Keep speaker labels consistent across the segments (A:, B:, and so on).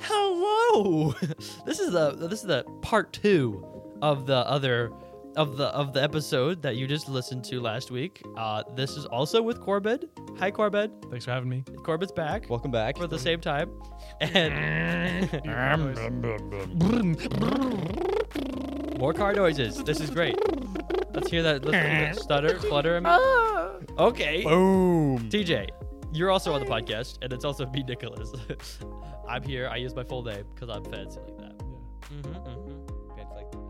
A: Hello. this is the this is the part two of the other of the of the episode that you just listened to last week. Uh, this is also with Corbett. Hi, Corbett.
B: Thanks for having me.
A: Corbett's back
C: Welcome back.
A: for the same time, and more car noises. This is great. Let's hear that, let's hear that stutter, flutter. I mean. Okay.
C: Boom.
A: TJ, you're also on the podcast, and it's also me, Nicholas. I'm here. I use my full name because I'm fancy like that. Mm-hmm, mm-hmm.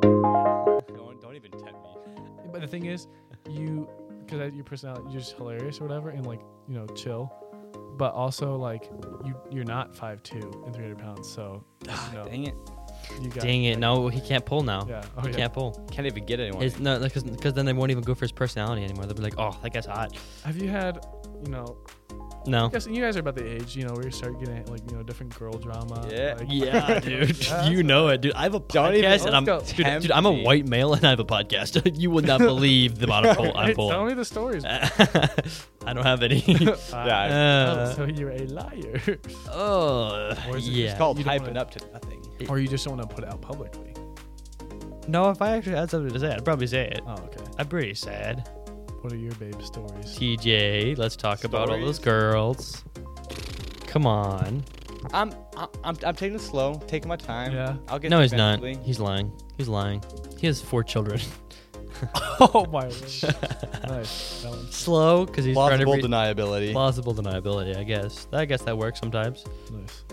C: Don't, don't even tempt me.
B: But the thing is, you, because your personality, you're just hilarious or whatever, and like you know, chill. But also like you, you're not 5'2 and 300 pounds, so you know,
C: Ah, Dang it.
B: you got,
A: Dang it!
B: like,
A: No, he can't pull now.
B: Yeah. Oh,
A: he
B: yeah.
A: can't pull.
C: Can't even get anyone.
A: It's, no, because then they won't even go for his personality anymore. They'll be like, "Oh, that guy's hot."
B: Have you had, you know,
A: No.
B: I guess you guys are about the age, you know, where you start getting like you know different girl drama.
C: Yeah.
B: like-
A: Yeah, dude.
B: Yeah.
A: You know it, dude. I have a
C: Don't even-
A: podcast, and I'm
B: let's
C: go.
A: dude, dude. I'm a
C: Tempt me.
A: white male, and I have a podcast. you would not believe the amount of pull I'm Uh,
B: Hey, tell
A: pulling.
B: me the stories.
A: I don't have any.
B: Ah,
C: yeah.
B: oh,
A: Uh,
B: so you're a liar,
A: oh,
B: Or is it just
A: yeah.
C: It's called
B: you don't
C: hyping
B: wanna-
C: up to nothing.
B: or you just don't want to put it out publicly.
A: No, if I actually had something to say, I'd probably say it.
B: Oh, okay.
A: I'm pretty sad.
B: What are your babe stories?
A: TJ, let's talk about all those
C: Stories?
A: girls. Come on.
C: I'm, I'm, I'm, I'm taking it slow, taking my time.
B: Yeah.
C: I'll get
A: no,
C: there
A: he's not.
C: eventually.
A: He's lying. He's lying. He has four children.
B: oh my word. nice. That one's
A: Slow, because he's
C: Plausible
A: trying to re-
C: deniability.
A: plausible deniability. I guess. I guess that works sometimes.
B: nice.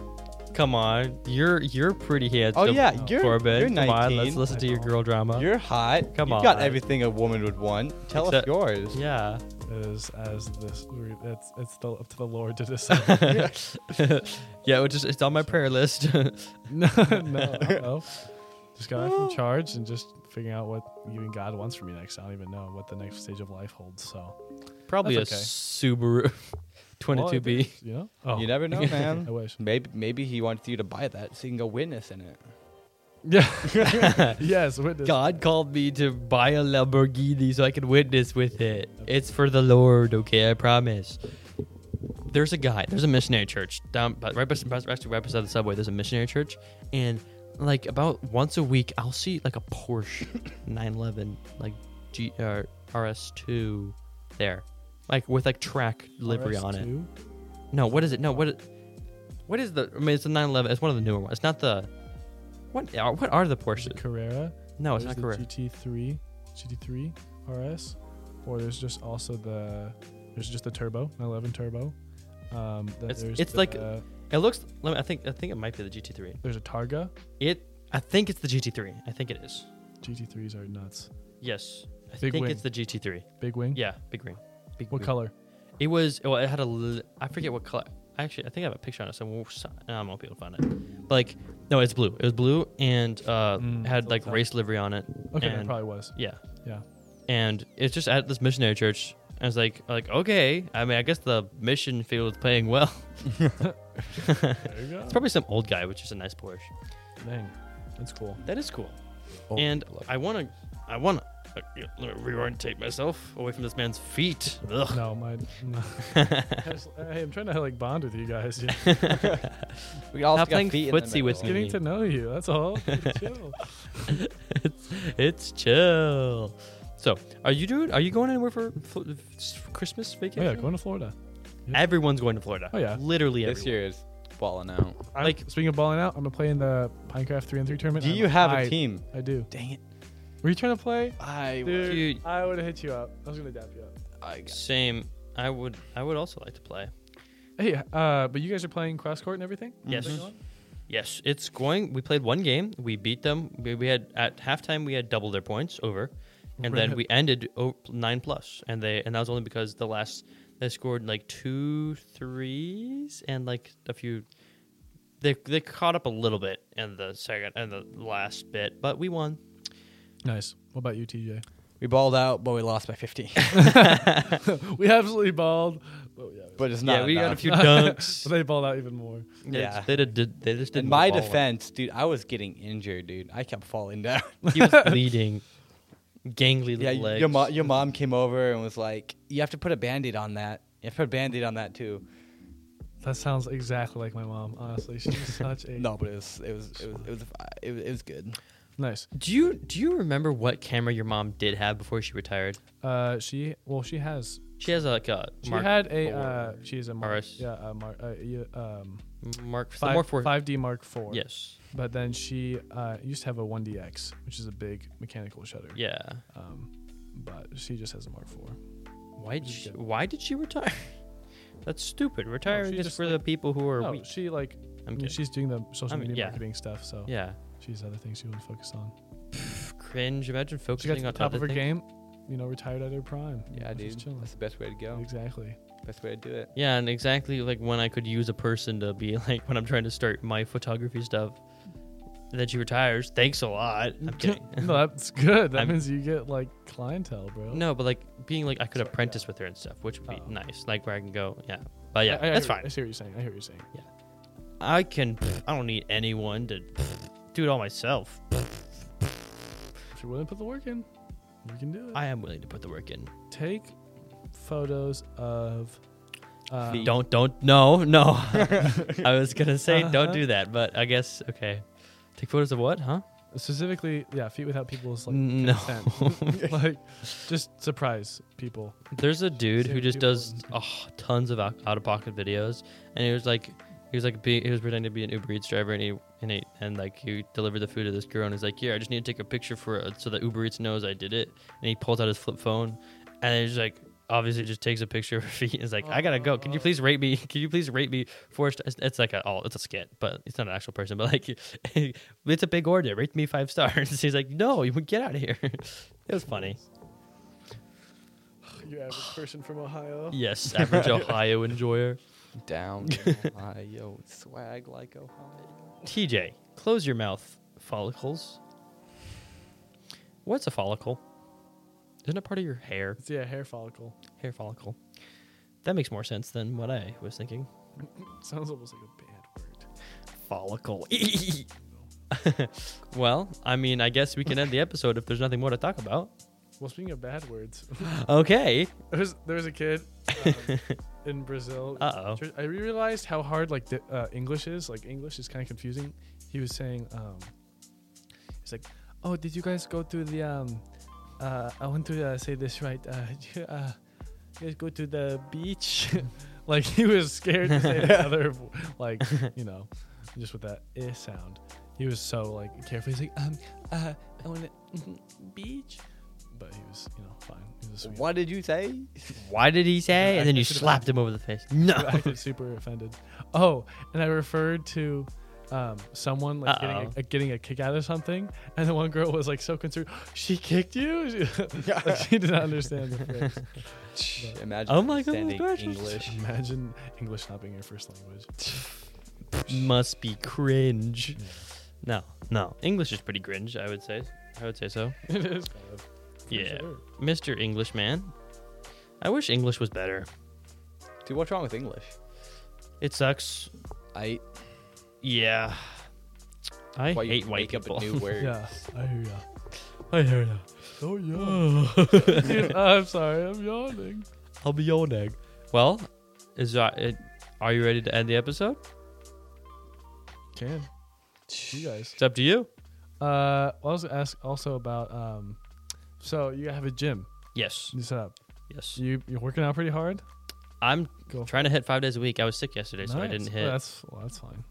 A: Come on, you're you're pretty handsome.
C: Oh, yeah, you're-
A: Corbin.
C: you're
A: Come on, let's
C: 19.
A: listen to your girl drama.
C: You're hot.
A: Come
C: You've got
A: on.
C: everything a woman would want. Tell
A: Except-
C: us yours.
A: yeah.
B: It is as this. re- It's it's still up to the Lord to decide.
A: yeah, which is it's on my prayer list.
B: no, no. I don't know. Just got from charge and just figuring out what even God wants for me next. I don't even know what the next stage of life holds. So
A: Probably
B: That's
A: a
B: okay.
A: Subaru
B: Well, I
A: 22B.
B: think- You know. Oh,
C: You never know,
A: Um,
B: I
C: man.
B: wish.
C: maybe, maybe he wants you to buy that so you can go witness in it.
B: Yeah. yes. Witness.
A: God called me to buy a Lamborghini so I could witness with it. It's for the Lord, okay? I promise. There's a guy. There's a missionary church down, but right, bes- bes- actually right beside the subway. There's a missionary church, and like about once a week, I'll see like a Porsche 911, like G uh, or RS2, there, like with like track livery on it.
B: RS2?
A: No, what is it? No, what? i- What is the? I mean, it's a 911. It's one of the newer ones. It's not the. What are what are the
B: Is it
A: Porsches?
B: Carrera?
A: No, it's
B: There's
A: not
B: the
A: correct.
B: GT3, GT3 RS, or there's just also the there's just the turbo 911 turbo. Um, then
A: It's-
B: there's
A: it's like-
B: the-
A: It looks. Let me, I think. I think it might be the GT3.
B: there's a Targa.
A: It. I think it's the GT3. I think it is.
B: GT3s are nuts.
A: Yes. I
B: Big
A: think
B: wing.
A: it's the GT3.
B: Big wing.
A: Yeah. Big green. Big
B: What
A: wing.
B: color?
A: It was. Well, it had a. l- I forget what color. Actually, I think I have a picture on it. So we'll s- I won't be able to find it. But like, no, it's blue. It was blue and uh,
B: Mm,
A: had
B: so
A: like
B: it's not-
A: race livery on it.
B: Okay,
A: and,
B: that probably was.
A: Yeah.
B: Yeah.
A: And it's just at this missionary church. I was like, like okay. I mean, I guess the mission field's paying well.
B: There you go.
A: It's probably some old guy, which is a nice Porsche.
B: Dang, that's cool.
A: That is cool.
B: Oh,
A: and Oh, I want to, I want to, let me reorientate myself away from this man's feet. Ugh.
B: No, my. No. I just- hey, I'm trying to like bond with you guys. you know,
C: We all
A: Stop
C: got
A: playing
C: feet in the
A: footsie with
C: middle.
A: me.
B: Getting to know you. That's all. Chill.
A: It's chill. So, are you doing? Are you going anywhere for fl- f- Christmas
B: Oh,
A: vacation?
B: yeah, going to Florida.
A: Everyone's going to Florida.
B: Oh, yeah.
A: literally
C: This
A: everyone.
C: year is falling out.
A: Like,
B: Speaking of balling out, I'm gonna play in the Pinecraft three and three tournament.
C: Do
B: I'm-
C: you have
B: I-
C: a team?
B: I do.
C: Dang it.
B: Were you trying to play?
C: I
B: Dude,
A: Dude.
B: I would have hit you up. I was gonna dap you up.
C: I
A: same. I would. I would also like to play.
B: Hey, uh, but you guys are playing cross court and everything.
A: Yes. Yes, it's going. We played one game. We beat them. We, we had at halftime. We had double their points over, and then
B: Right.
A: we ended o- nine plus, and they and that was only because the last they scored like two threes and like a few. They they caught up a little bit in the second and the last bit, but we won.
B: Nice. What about you, TJ?
C: We balled out, but we lost by 50.
B: we absolutely balled. Oh, yeah.
C: but it's not.
A: Yeah, we got a
C: enough.
A: few dunks.
B: But they balled out even more.
A: They
C: Yeah.
A: just- they did- did. They just did.
C: In my defense, dude, I was getting injured, dude. I kept falling down.
A: he was bleeding. gangly
C: Yeah,
A: little
C: y-
A: legs.
C: your, mo- your mom came over and was like, "You have to put a band-aid on that. You have to put a band-aid on that too."
B: That sounds exactly like my mom. Honestly, she's such a
C: No, but it was it was it was it was, it was, it was good.
B: nice.
A: do you do you remember what camera your mom did have before she retired?
B: Uh, she well, she has
A: She has like a
B: she
A: Mark,
B: had a
A: four.
B: uh, she is a mark,
A: RS.
B: yeah, a mark, uh, yeah, um,
A: Mark the
B: five,
A: Mark four.
B: five D Mark Four.
A: Yes.
B: but then she uh, used to have a one DX, which is a big mechanical shutter.
A: Yeah.
B: Um, but she just has a Mark Four.
A: Why did
B: Just
A: she,
B: get-
A: why did she retire? That's stupid. Retiring
B: Oh, she
A: just,
B: just,
A: for
B: like-
A: the people who are
B: No,
A: weak.
B: Oh, she like I
A: I'm
B: mean,
A: kidding.
B: she's doing the social
A: I mean,
B: media
A: yeah.
B: marketing stuff, so
A: yeah.
B: she has other things she wants to focus on.
A: Cringe. Imagine
B: She got
A: focusing
B: to the
A: on
B: top of
A: other
B: her
A: things.
B: game, you know, retired at her prime.
C: Yeah,
B: She's
C: dude,
B: chilling.
C: that's the best way to go.
B: Exactly.
C: Best way to do it.
A: Yeah, and exactly like when I could use a person to be like when I'm trying to start my photography stuff. And then she retires. Thanks a lot. I'm kidding.
B: no, that's good. That
A: I'm-
B: means you get like clientele, bro.
A: No, but like being like I could
B: Sorry, yeah.
A: apprentice with her and stuff, which would be
B: Oh.
A: nice. Like where I can go, yeah. But yeah,
B: I- I- I
A: that's
B: hear-
A: fine.
B: I see what you're saying. I hear what you're saying.
A: I can. I don't need anyone to do it all myself.
B: If you're willing to put the work in, you can do it.
A: I am willing to put the work in.
B: Take photos of. Uh,
C: Feet.
A: Don't don't no no. I was gonna say
B: Uh-huh.
A: don't do that, but I guess okay. Take photos of what? Huh?
B: specifically, yeah, feet without people's like
A: No.
B: consent. like, just surprise people.
A: There's a dude who
B: Same
A: just
B: people
A: does oh, tons of out of pocket videos, and he was like, he was like, be, he was pretending to be an Uber Eats driver, and he and he and like he delivered the food to this girl, and he's like, yeah, I just need to take a picture for it so that Uber Eats knows I did it, and he pulls out his flip phone, and he's just like. Obviously, just takes a picture of her feet. and is like, I gotta go.
B: Oh.
A: Can you please rate me? Can you please rate me four? St-? It's, it's like a oh, it's a skit, but it's not an actual person. But like, it's a big order. Rate me five stars. He's like, no, you would get out of here. it was funny.
B: Your average person from Ohio.
A: Yes, average Ohio enjoyer.
C: Down Ohio, swag like Ohio.
A: TJ, close your mouth follicles. What's a follicle? Isn't it part of your hair?
B: It's, yeah, hair follicle.
A: Hair follicle. That makes more sense than what I was thinking.
B: Sounds almost like a bad word.
A: Follicle. well, I mean, I guess we can end the episode if there's nothing more to talk about.
B: Well, speaking of bad words,
A: Okay.
B: there's there's a kid um, in Brazil.
A: Uh oh.
B: I realized how hard like the, uh, English is. Like English is kind of confusing. He was saying, um, he's like, "Oh, did you guys go to the? Um, uh, I want to uh, say this right. Uh, you, uh, you guys go to the beach." like he was scared to say the other, like you know, just with that "eh" sound. He was so like careful. He's like, "Um, uh, I want to beach," but he was you know fine. He was a sweet
C: What did you say?
A: Why did he say? And then
B: I
A: you
B: should've-
A: slapped him over the face. No.
B: I acted super offended. Oh, and I referred to um, someone like getting a,
A: Uh-oh.
B: a- getting a kick out of something, and the one girl was like so concerned. She kicked you. She, like, she did not understand the phrase.
C: Imagine
A: Oh my goodness
C: understanding
A: gracious.
C: English.
B: Imagine English not being your first language.
A: Must be cringe.
B: Yeah.
A: No, no. English is pretty cringe, I would say. I would say so.
B: It is kind of. for
A: Yeah.
B: sure.
A: Mr. Englishman. I wish English was better.
C: Dude, what's wrong with English?
A: It sucks.
C: I
A: Yeah. I
C: why you
A: hate white
C: make up
A: people.
C: a new word.
B: Yeah, I hear ya. I hear ya. Er. Oh yeah. Dude, I'm sorry. I'm yawning.
A: I'll be yawning. Well, is that it? Are you ready to end the episode?
B: Can. You guys.
A: It's up to you.
B: Uh, I was gonna ask also about um, so you have a gym
A: Yes.
B: you set up.
A: Yes.
B: You you're working out pretty hard.
A: I'm
B: Go.
A: trying to hit five days a week. I was sick yesterday, so I
B: Nice.
A: didn't
B: Oh,
A: hit.
B: that's well, that's fine.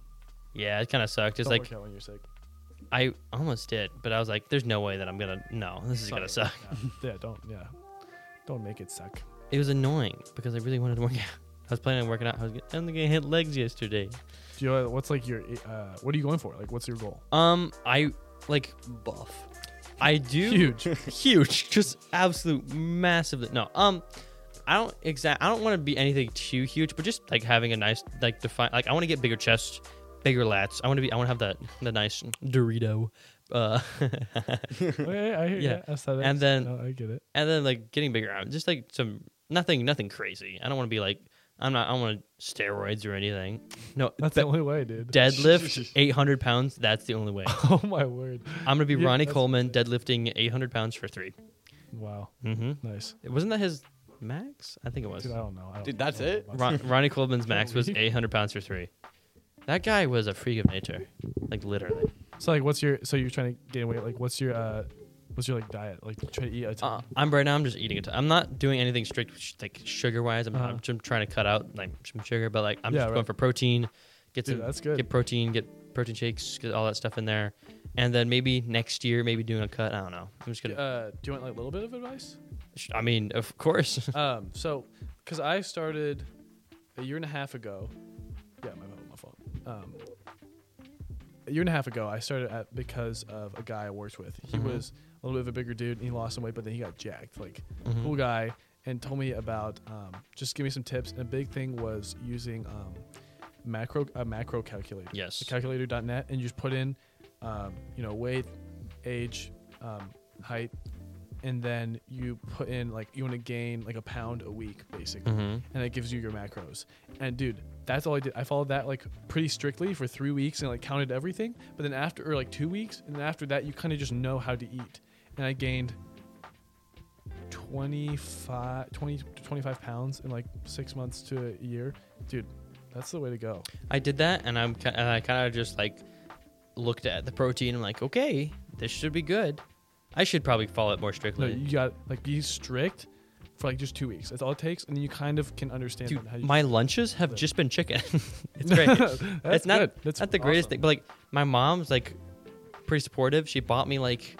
A: yeah, it kind of sucked. It's
B: Don't
A: like
B: work out when you're sick.
A: I almost did, but I was like, "There's no way that I'm gonna. No, this is gonna
B: Sorry.
A: suck."
B: Yeah. yeah, don't yeah, don't make it suck.
A: It was annoying because I really wanted to work out. I was planning on working out. I was gonna, I'm gonna hit legs yesterday.
B: Do you know what's like your uh, what are you going for? Like, what's your goal?
A: Um, I like
C: Buff.
A: I do
B: Huge.
A: huge, just absolute massively. No, um, I don't exact. I don't want to be anything too huge, but just like having a nice like define. Like I want to get bigger chest, bigger lats. I want to be. I want to have that the nice Dorito. Uh,
B: Oh, yeah, yeah, I
A: Yeah.
B: hear yeah. Aesthetics.
A: And then-
B: No, I get it.
A: and then like getting bigger arms, just like some nothing, nothing crazy. I don't want to be like I'm not. I don't want steroids or anything. No,
B: That's
A: be-
B: the only way, dude.
A: deadlift 800 pounds. That's the only way.
B: oh my word.
A: I'm gonna be
B: Yeah,
A: Ronnie
B: that's-
A: Coleman deadlifting 800 pounds for three.
B: Wow.
A: Mm-hmm.
B: Nice.
A: Wasn't that his max? I think it was.
B: Dude, I don't know. I don't-
C: Dude, that's
B: I don't know
C: it?
B: about
A: Ron- Ronnie Coleman's max was 800 pounds for three. That guy was a freak of nature, like literally.
B: So like, what's your? So you're trying to gain weight. Like, what's your? uh What's your like diet? Like, try to eat a
C: Uh-huh.
A: Uh,
B: ton.
A: I'm right now. I'm just eating it. I'm not doing anything strict, sh- like sugar wise. I'm,
B: Uh-huh.
A: I'm just trying to cut out like some sugar, but like I'm
B: Yeah,
A: just
B: right.
A: going for protein. Get
B: Dude,
A: some,
B: that's good.
A: Get protein. Get protein shakes. Get all that stuff in there, and then maybe next year, maybe doing a cut. I don't know. I'm just gonna.
B: uh, do you want like a little bit of advice?
A: sh- I mean, of course.
B: um, so, because I started a year and a half ago. Yeah, my phone, my fault. Um, a year and a half ago, I started at because of a guy I worked with. He
A: Mhm.
B: was a little bit of a bigger dude, and he lost some weight, but then he got jacked. Like,
A: Mhm.
B: cool guy, and told me about um, just give me some tips. And a big thing was using um, macro a macro calculator.
A: Yes.
B: The calculator.net, and you just put in, um, you know, weight, age, um, height, and then you put in like you want to gain like a pound a week basically
A: Mhm.
B: and it gives you your macros and dude that's all i did i followed that like pretty strictly for three weeks and like counted everything but then after or like two weeks and then after that you kind of just know how to eat and i gained 25 20 to 25 pounds in like six months to a year dude that's the way to go
A: I did that, and I'm ki- and I kind of just like looked at the protein. I'm like, okay, this should be good. I should probably follow it more
B: no,
A: strictly.
B: you got like be strict for like just two weeks that's all it takes and then you kind of can understand
A: Dude,
B: how you
A: my lunches have
B: live.
A: just been chicken. it's great. it's
B: that's
A: not
B: good. that's
A: not the greatest
B: awesome.
A: thing, but like my mom's like pretty supportive. She bought me like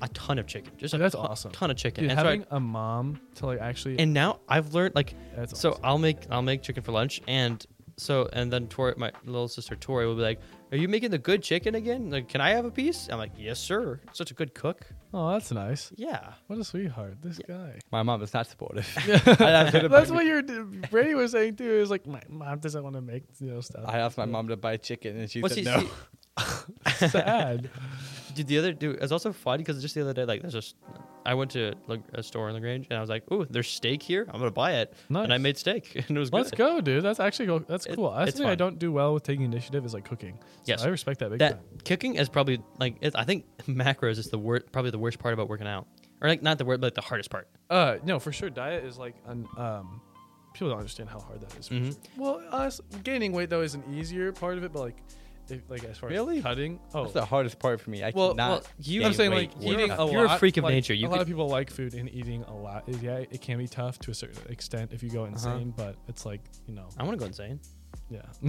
A: a ton of chicken, just a
B: Dude, that's
A: ton,
B: awesome.
A: ton of chicken.
B: Dude,
A: and, so I-
B: having a mom to like actually
A: and now I've learned like
B: that's
A: so
B: awesome.
A: I'll make I'll make chicken for lunch and so and then Tori my little sister Tori will be like, "Are you making the good chicken again? Like, can I have a piece?" I'm like, "Yes, sir." Such a good cook.
B: oh that's nice.
A: Yeah.
B: What a sweetheart, this guy.
C: My mom is not supportive. I asked her to
B: That's
C: buy-
B: what your Brady was saying too. Is like my mom doesn't want to make you know stuff.
C: I asked my mom to buy chicken, and she
A: Well,
C: said
A: see-
C: no.
A: see-
B: Sad.
A: Dude, the other dude, it was also fun because just the other day, like, there's just, I went to La- a store in Lagrange and I was like, "Ooh, there's steak here. I'm gonna buy it."
B: Nice.
A: And I made steak, and it was good.
B: Let's go, dude. That's actually go- that's
A: It-
B: cool. That's
A: it's
B: something I
A: fun.
B: don't do well with taking initiative is like cooking. So
A: Yes.
B: I respect that big
A: That
B: time.
A: kicking is probably like it, I think macros is the worst, probably the worst part about working out, or like not the worst, but like the hardest part.
B: Uh, no, for sure. Diet is like an um, people don't understand how hard that is. for
A: Mhm.
B: sure. Well, us gaining weight though is an easier part of it, but like, if, like as far
C: Really?
B: as cutting, oh,
C: That's the hardest part for me. I
A: Well,
C: cannot.
A: well, you-
C: gain
A: I'm saying,
C: weight
A: like,
C: working
A: eating
C: out.
A: a- You're freak of
B: like,
A: nature. You
B: a lot
A: could-
B: of people like food and eating a lot. is- Yeah, it can be tough to a certain extent if you
A: Uh-huh.
B: go insane, but it's like you know,
A: I want to go insane
B: yeah.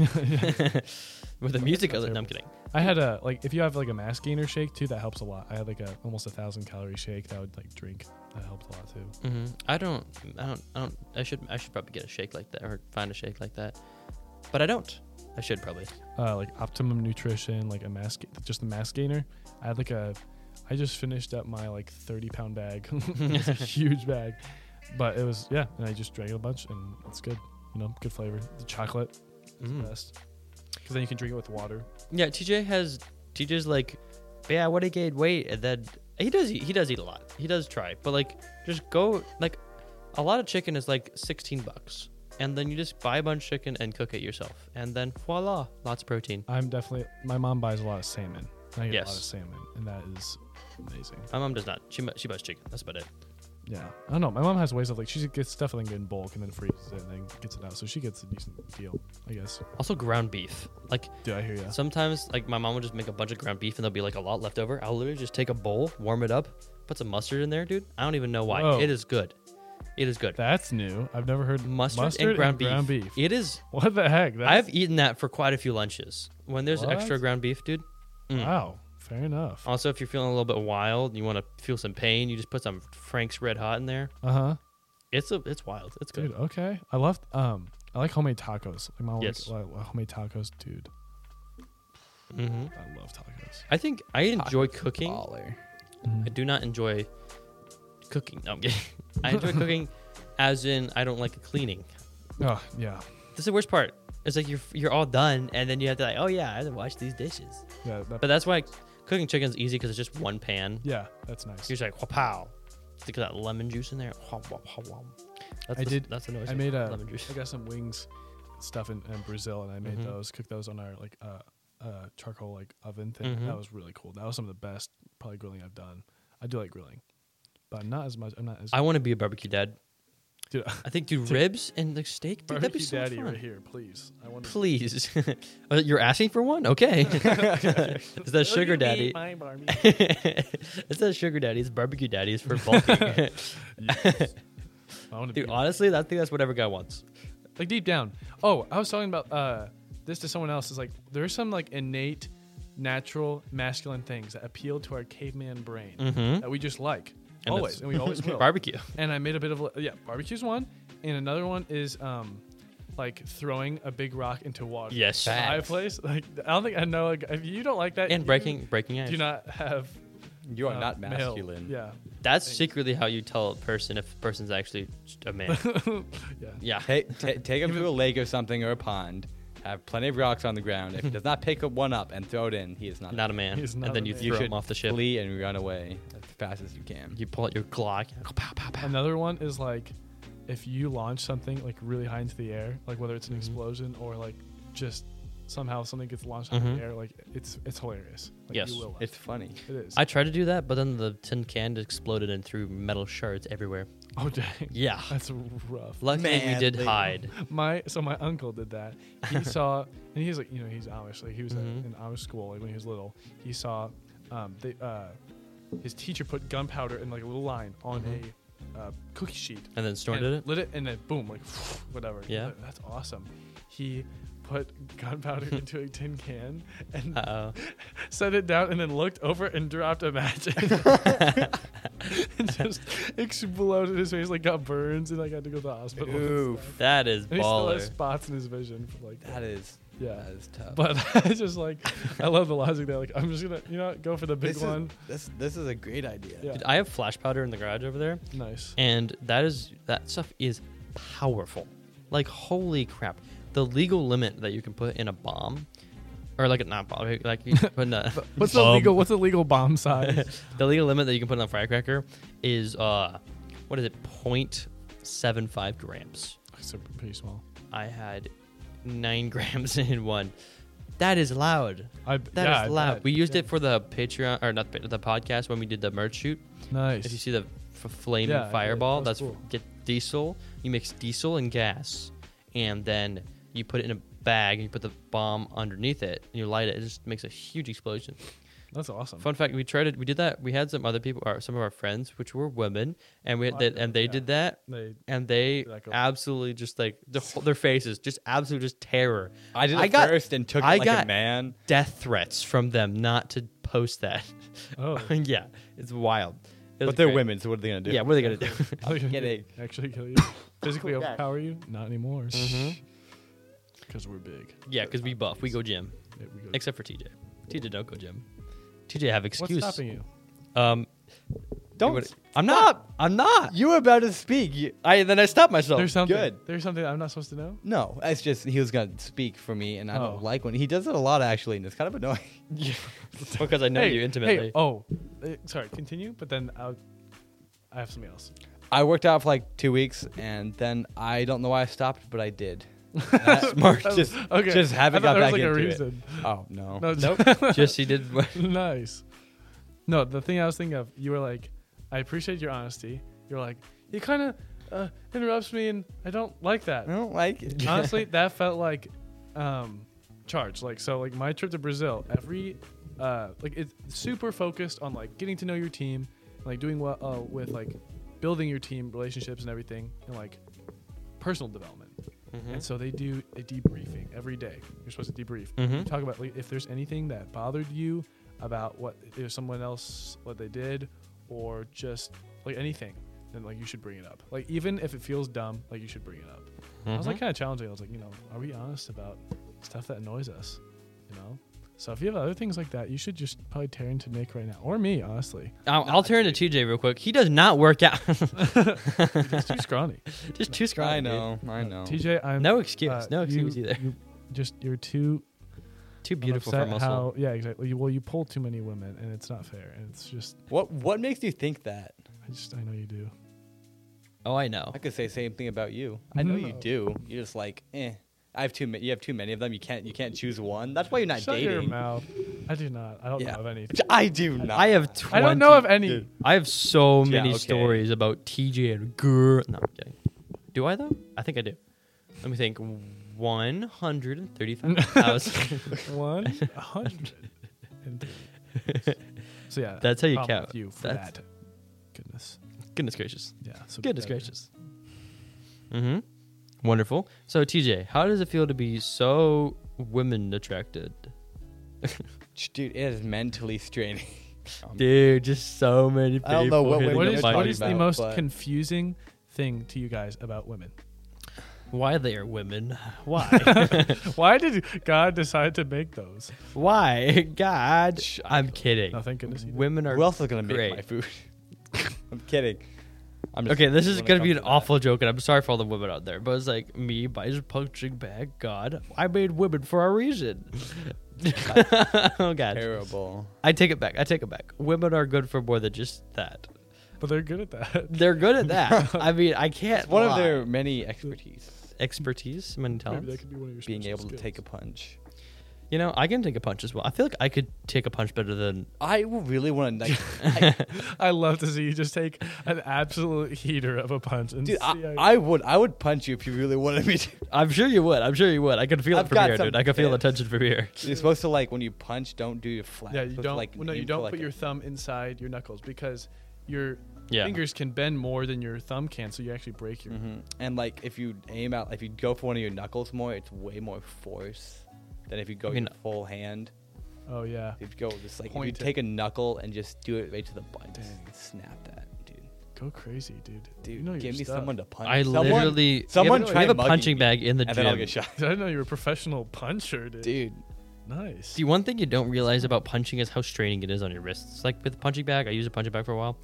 A: with the music.
B: that's
A: Other, no, I'm
B: terrible.
A: kidding.
B: I had a like if you have like a mass gainer shake too, that helps a lot. I had like a almost a thousand calorie shake that I would like drink. That helped a lot too.
A: hmm I don't, I don't, I don't. I should, I should probably get a shake like that or find a shake like that, but I don't. I should probably.
B: Uh, like optimum nutrition, like a mass ga- just the mass gainer. I had like a, I just finished up my like thirty pound bag, It's a huge bag, but it was yeah, and I just drank a bunch and it's good. You know, good flavor. The chocolate. It's
A: Mm.
B: the best. Because then you can drink it with water.
A: Yeah, TJ has TJ's like, yeah, I want to gain weight, and then he does eat, he does eat a lot. He does try, but like, just go like, a lot of chicken is like sixteen bucks, and then you just buy a bunch of chicken and cook it yourself, and then voila, lots of protein.
B: I'm definitely my mom buys a lot of salmon. and I get a lot
A: Yes.
B: of salmon, and that is amazing.
A: My mom does not. She mu- she buys chicken. That's about it.
B: Yeah, I don't know. My mom has ways of like she gets stuff and then in bulk and then freezes it and then gets it out, so she gets a decent deal, I guess.
A: Also, ground beef. Like
B: Dude, I hear you.
A: sometimes, like my mom will just make a bunch of ground beef, and there'll be like a lot left over. I'll literally just take a bowl, warm it up, put some mustard in there, dude. I don't even know why.
B: Whoa.
A: It is good. It is good.
B: That's new. I've never heard
A: mustard, and ground, beef. It is
B: What the heck? That's,
A: I've eaten that for quite a few lunches. When there's
B: What?
A: extra ground beef, dude. Mm.
B: wow. Fair enough.
A: Also, if you're feeling a little bit wild and you want to feel some pain, you just put some Frank's Red Hot in there.
B: Uh huh.
A: It's a, it's wild. It's good.
B: Dude, okay. I love um. I like homemade tacos. Like my mom
A: Yes.
B: like, like, homemade tacos, dude.
A: hmm
B: I love tacos.
A: I think I enjoy cooking.
C: Baller.
A: I do not enjoy cooking. No, I'm kidding. I enjoy cooking, as in I don't like cleaning.
B: Oh yeah,
A: This is the worst part. It's like you're you're all done, and then you have to like, oh yeah, I have to wash these dishes.
B: yeah. That,
A: But that's why cooking chicken's easy because it's just one pan.
B: yeah, that's nice.
A: You're just like, wow, stick that lemon juice in there. Whop, whop, whop, whop. That's
B: I
A: the,
B: did-
A: That's the noise.
B: I
A: of
B: made a.
A: lemon juice.
B: I got some wings, stuff in, in Brazil, and I made
A: Mhm.
B: those. Cooked those on our like uh, uh charcoal like oven thing.
A: Mhm.
B: That was really cool. That was some of the best probably grilling I've done. I do like grilling, but not as much. I'm not as.
A: I want to be a barbecue dad.
B: dude,
A: I think, dude, ribs and like steak, dude, that'd be
B: barbecue
A: so much
B: daddy
A: fun.
B: right here, please. I want to.
A: Please, Uh, you're asking for one? Okay, is that sugar daddy?
B: My barbecue.
A: it's not sugar daddy. It's barbecue daddy. It's for bulking.
B: I want to
A: Dude,
B: be
A: honestly, I think that's what every guy wants.
B: like deep down. Oh, I was talking about uh, this to someone else. Is like there's some like innate, natural masculine things that appeal to our caveman brain
A: Mhm.
B: that we just like
A: And that's-
B: always, and we always will.
A: Barbecue.
B: and I made a bit of a- yeah, barbecue's one, and another one is um, like throwing a big rock into water.
A: Yes.
C: Facts.
B: fireplace. Like I don't think I know. Like, if you don't like that,
A: And
B: you
A: breaking breaking ice.
B: do not have.
C: You are
B: uh,
C: not
B: male.
C: masculine.
A: that's secretly how you tell a person if a person's actually a man.
B: Yeah, yeah.
A: yeah.
C: Ta- ta- take him to a lake or something or a pond. Have plenty of rocks on the ground. If he does not pick up one up and throw it in, he is not.
A: Not a man.
B: He's not
A: and then
B: a
A: you
B: man.
A: throw him off the ship.
C: Flee and run away as fast as you can.
A: You pull out your Glock. and go pow, pow, pow.
B: Another one is like if you launch something like really high into the air, like whether it's an
A: Mm-hmm.
B: explosion or like just somehow something gets launched into
A: Mhm.
B: the air, like it's it's hilarious. Like,
A: Yes.
B: you will laugh.
C: It's funny.
B: it is.
A: I tried to do that, but then the tin can exploded and threw metal shards everywhere.
B: oh dang,
A: Yeah.
B: that's rough.
A: Luckily, we did
C: Manly.
A: hide.
B: My so my uncle did that. He saw and he's like you know he's Amish like he was
A: Mhm.
B: at an Amish school like when he was little. He saw um, they, uh, his teacher put gunpowder in like a little line on
A: Mhm.
B: a uh, cookie sheet
A: And then snorted
B: and
A: it.
B: Lit it and then boom, like whatever.
A: Yeah.
B: Like, That's awesome. He put gunpowder into a tin can and
A: Uh
B: set it down and then looked over and dropped a match. and just exploded his face, like got burns and I got to go to the hospital. and
C: Oof.
B: stuff.
A: oh. That is
B: And he still has
A: baller.
B: spots in his vision for like
C: That is.
B: Yeah.
C: That is tough.
B: But I just like I love the logic there. Like I'm just gonna you know what, go for the big
C: this
B: one.
C: Is, this this is a great idea.
B: Yeah.
A: Dude, I have flash powder in the garage over there.
B: Nice.
A: and that is that stuff is powerful like holy crap the legal limit that you can put in a bomb or like a not bomb like you can put in a
B: What's the
A: bomb.
B: legal what's the legal bomb size?
A: the legal limit that you can put in a firecracker is uh what is it 0.75 grams
B: it's a pretty small.
A: i had nine grams in one that is loud
B: I
A: That is
B: yeah, I
A: loud
B: bet.
A: we used
B: Yeah.
A: it for the patreon or not the podcast when we did the merch shoot
B: nice.
A: if you see the f- flaming
B: Yeah, I did.
A: fireball,
B: That was
A: that's
B: cool.
A: get diesel. You mix diesel and gas, and then you put it in a bag and you put the bomb underneath it and you light it. It just makes a huge explosion.
B: That's awesome.
A: Fun fact: We tried it. We did that. We had some other people, or some of our friends, which were women, and we
B: Oh, I
A: that,
B: know,
A: and they
B: yeah.
A: did that.
B: They
A: And they
B: Like a-
A: absolutely just like the, whole- their faces, just absolute just terror.
C: I did it
A: I got-
C: first and took it
A: I
C: like
A: got-
C: a man.
A: Death threats from them not to post that.
B: oh
A: yeah, it's wild. It was
C: But they're
A: great.
C: women, so what are they gonna do?
A: Yeah, what are they gonna do?
B: Are they gonna
C: Get
B: do-
C: it.
B: Actually kill you. Physically overpower you? Not anymore.
A: Mm-hmm.
B: Because we're big.
A: yeah, because we buff, we go gym.
B: Yeah, we go-
A: except for TJ. TJ don't go gym. TJ have excuse.
B: What's stopping you?
A: Um,
C: Don't.
A: what- I'm not. I'm not.
C: You were about to speak. You,
A: I then I stopped myself.
B: There's something.
C: good.
B: There's something I'm not supposed to know.
C: no, it's just he was gonna speak for me, and I
B: Oh.
C: don't like when he does it a lot. Actually, and it's kind of annoying.
A: because I know you intimately.
B: Hey, oh, eh, sorry. Continue, but then I'll, I have something else.
C: I worked out for like two weeks, and then I don't know why I stopped, but I did. That-
A: Smart.
C: Just,
B: Okay.
C: just haven't
B: I thought
C: got
B: there was,
C: back
B: like, a
C: into
B: reason.
C: it. Oh no.
B: No, just-
A: Just he did. what-
B: nice. No, the thing I was thinking of, you were like, I appreciate your honesty. You're like, he kind of uh, interrupts me, and I don't like that.
C: I don't like it.
B: honestly that felt like um charged like so like my trip to brazil every uh like it's super focused on like getting to know your team like doing well uh, with like building your team relationships and everything and like personal development
C: Mm-hmm.
B: and so they do a debriefing every day you're supposed to debrief
A: Mhm.
C: Mm-hmm.
B: you talk about like, if there's anything that bothered you about what if someone else what they did or just like anything then like you should bring it up like even if it feels dumb like you should bring it up I
A: Mm-hmm.
B: was like kind of challenging. I was like, you know, are we honest about stuff that annoys us? You know, so if you have other things like that, you should just probably tear into Nick right now or me, honestly.
A: I'll, I'll turn to TJ real quick. He does not work out.
B: He's too scrawny.
A: Just too scrawny.
C: I
A: dude.
C: know. I know.
B: TJ, I'm
A: No excuse.
B: uh,
A: no excuse
B: you-
A: either.
B: You just you're too
A: Too
B: I'm
A: beautiful for
B: upset
A: muscle.
B: How, yeah, exactly. You- Well, you pull too many women, and it's not fair. And it's just,
C: What What makes you think that?
B: I just, I know you do.
A: oh, I know.
C: I could say same thing about you. I know you
B: No.
C: do. You're just like, eh. I have too many. You have too many of them. You can't. You can't choose one. That's why you're not
B: Shut
C: dating.
B: your mouth. I do not. I don't
C: Yeah.
B: know of any.
C: I do not.
A: I have 20,
B: I don't know of any.
C: Dude.
A: I have so
C: Yeah,
A: many
C: okay.
A: stories about TJ and girl. No, I'm kidding. Do I though? I think I do. Let me think. One hundred and thirty-five thousand.
B: One hundred. and- so yeah,
A: That's how you
B: problem
A: count.
B: with You for
A: That's-
B: that. Goodness.
A: Goodness gracious.
B: Yeah. So
A: Goodness
B: better.
A: gracious. Mm-hmm. Wonderful. So TJ, how does it feel to be so women attracted?
C: Dude, it is mentally straining. Um,
A: Dude, just so many people.
C: I don't know what
A: hitting
C: women
B: What
A: the
B: is,
C: Body
B: what is the
A: button.
C: about,
B: most
C: but-
B: confusing thing to you guys about women?
A: Why they are women? Why?
B: Why did God decide to make those?
A: Why? God. I'm kidding.
B: No, thank goodness he didn't.
A: Women are
C: Who else is gonna make
A: great.
C: my food? I'm kidding. I'm just
A: Okay, this is
C: when it
A: gonna be an
C: comes to that.
A: awful joke, and I'm sorry for all the women out there, but it's like me by just punching back. God, I made women for a reason. oh God,
C: Terrible.
A: I take it back. I take it back. Women are good for more than just that.
B: But they're good at that.
A: They're good at that. I mean, I can't.
C: It's one of
A: lie.
C: their many expertise,
A: expertise, many
B: Maybe that
A: talents.
B: could be one of your
C: being
B: special
C: able to
B: skills.
C: take a punch.
A: You know, I can take a punch as well. I feel like I could take a punch better than.
C: I would really want to, like,
B: I love to see you just take an absolute heater of a punch and
C: dude.
B: see
C: I,
B: how-
C: I would, I would punch you if you really wanted me to.
A: I'm sure you would. I'm sure you would. I can feel
C: I've
A: it from
C: got
A: here,
C: some
A: dude. I can feel the
C: tips.
A: tension from here.
C: You're supposed to like when you punch, don't do your flat.
B: yeah,
C: You're
B: you
C: supposed to,
B: don't.
C: like,
B: well, no,
C: aim
B: you
C: for,
B: don't
C: like,
B: put
C: a-
B: your thumb inside your knuckles because your
A: Yeah.
B: fingers can bend more than your thumb can, so you actually break your.
C: Mhm. And like if you aim out, if you go for one of your knuckles more, it's way more force than if you
A: I
C: go with
A: mean-
C: your full hand.
B: Oh yeah,
C: If you go just like
B: Point
C: if
B: it.
C: you take a knuckle and just do it right to the button, just
B: Dang.
C: snap that, dude.
B: go crazy, dude.
C: Dude,
B: you know your
C: give me
B: stuff.
C: someone to punch.
A: I
C: someone,
A: literally.
C: someone
A: we have, a-
C: try
A: we have a
C: mugging
A: punching
C: me,
A: bag in the
C: and
A: gym.
C: then I'll get shot,
B: I didn't know you're a professional puncher, dude.
C: dude.
B: Nice.
A: See, one thing you don't realize about punching is how straining it is on your wrists. Like with the punching bag, I used a punching bag for a while,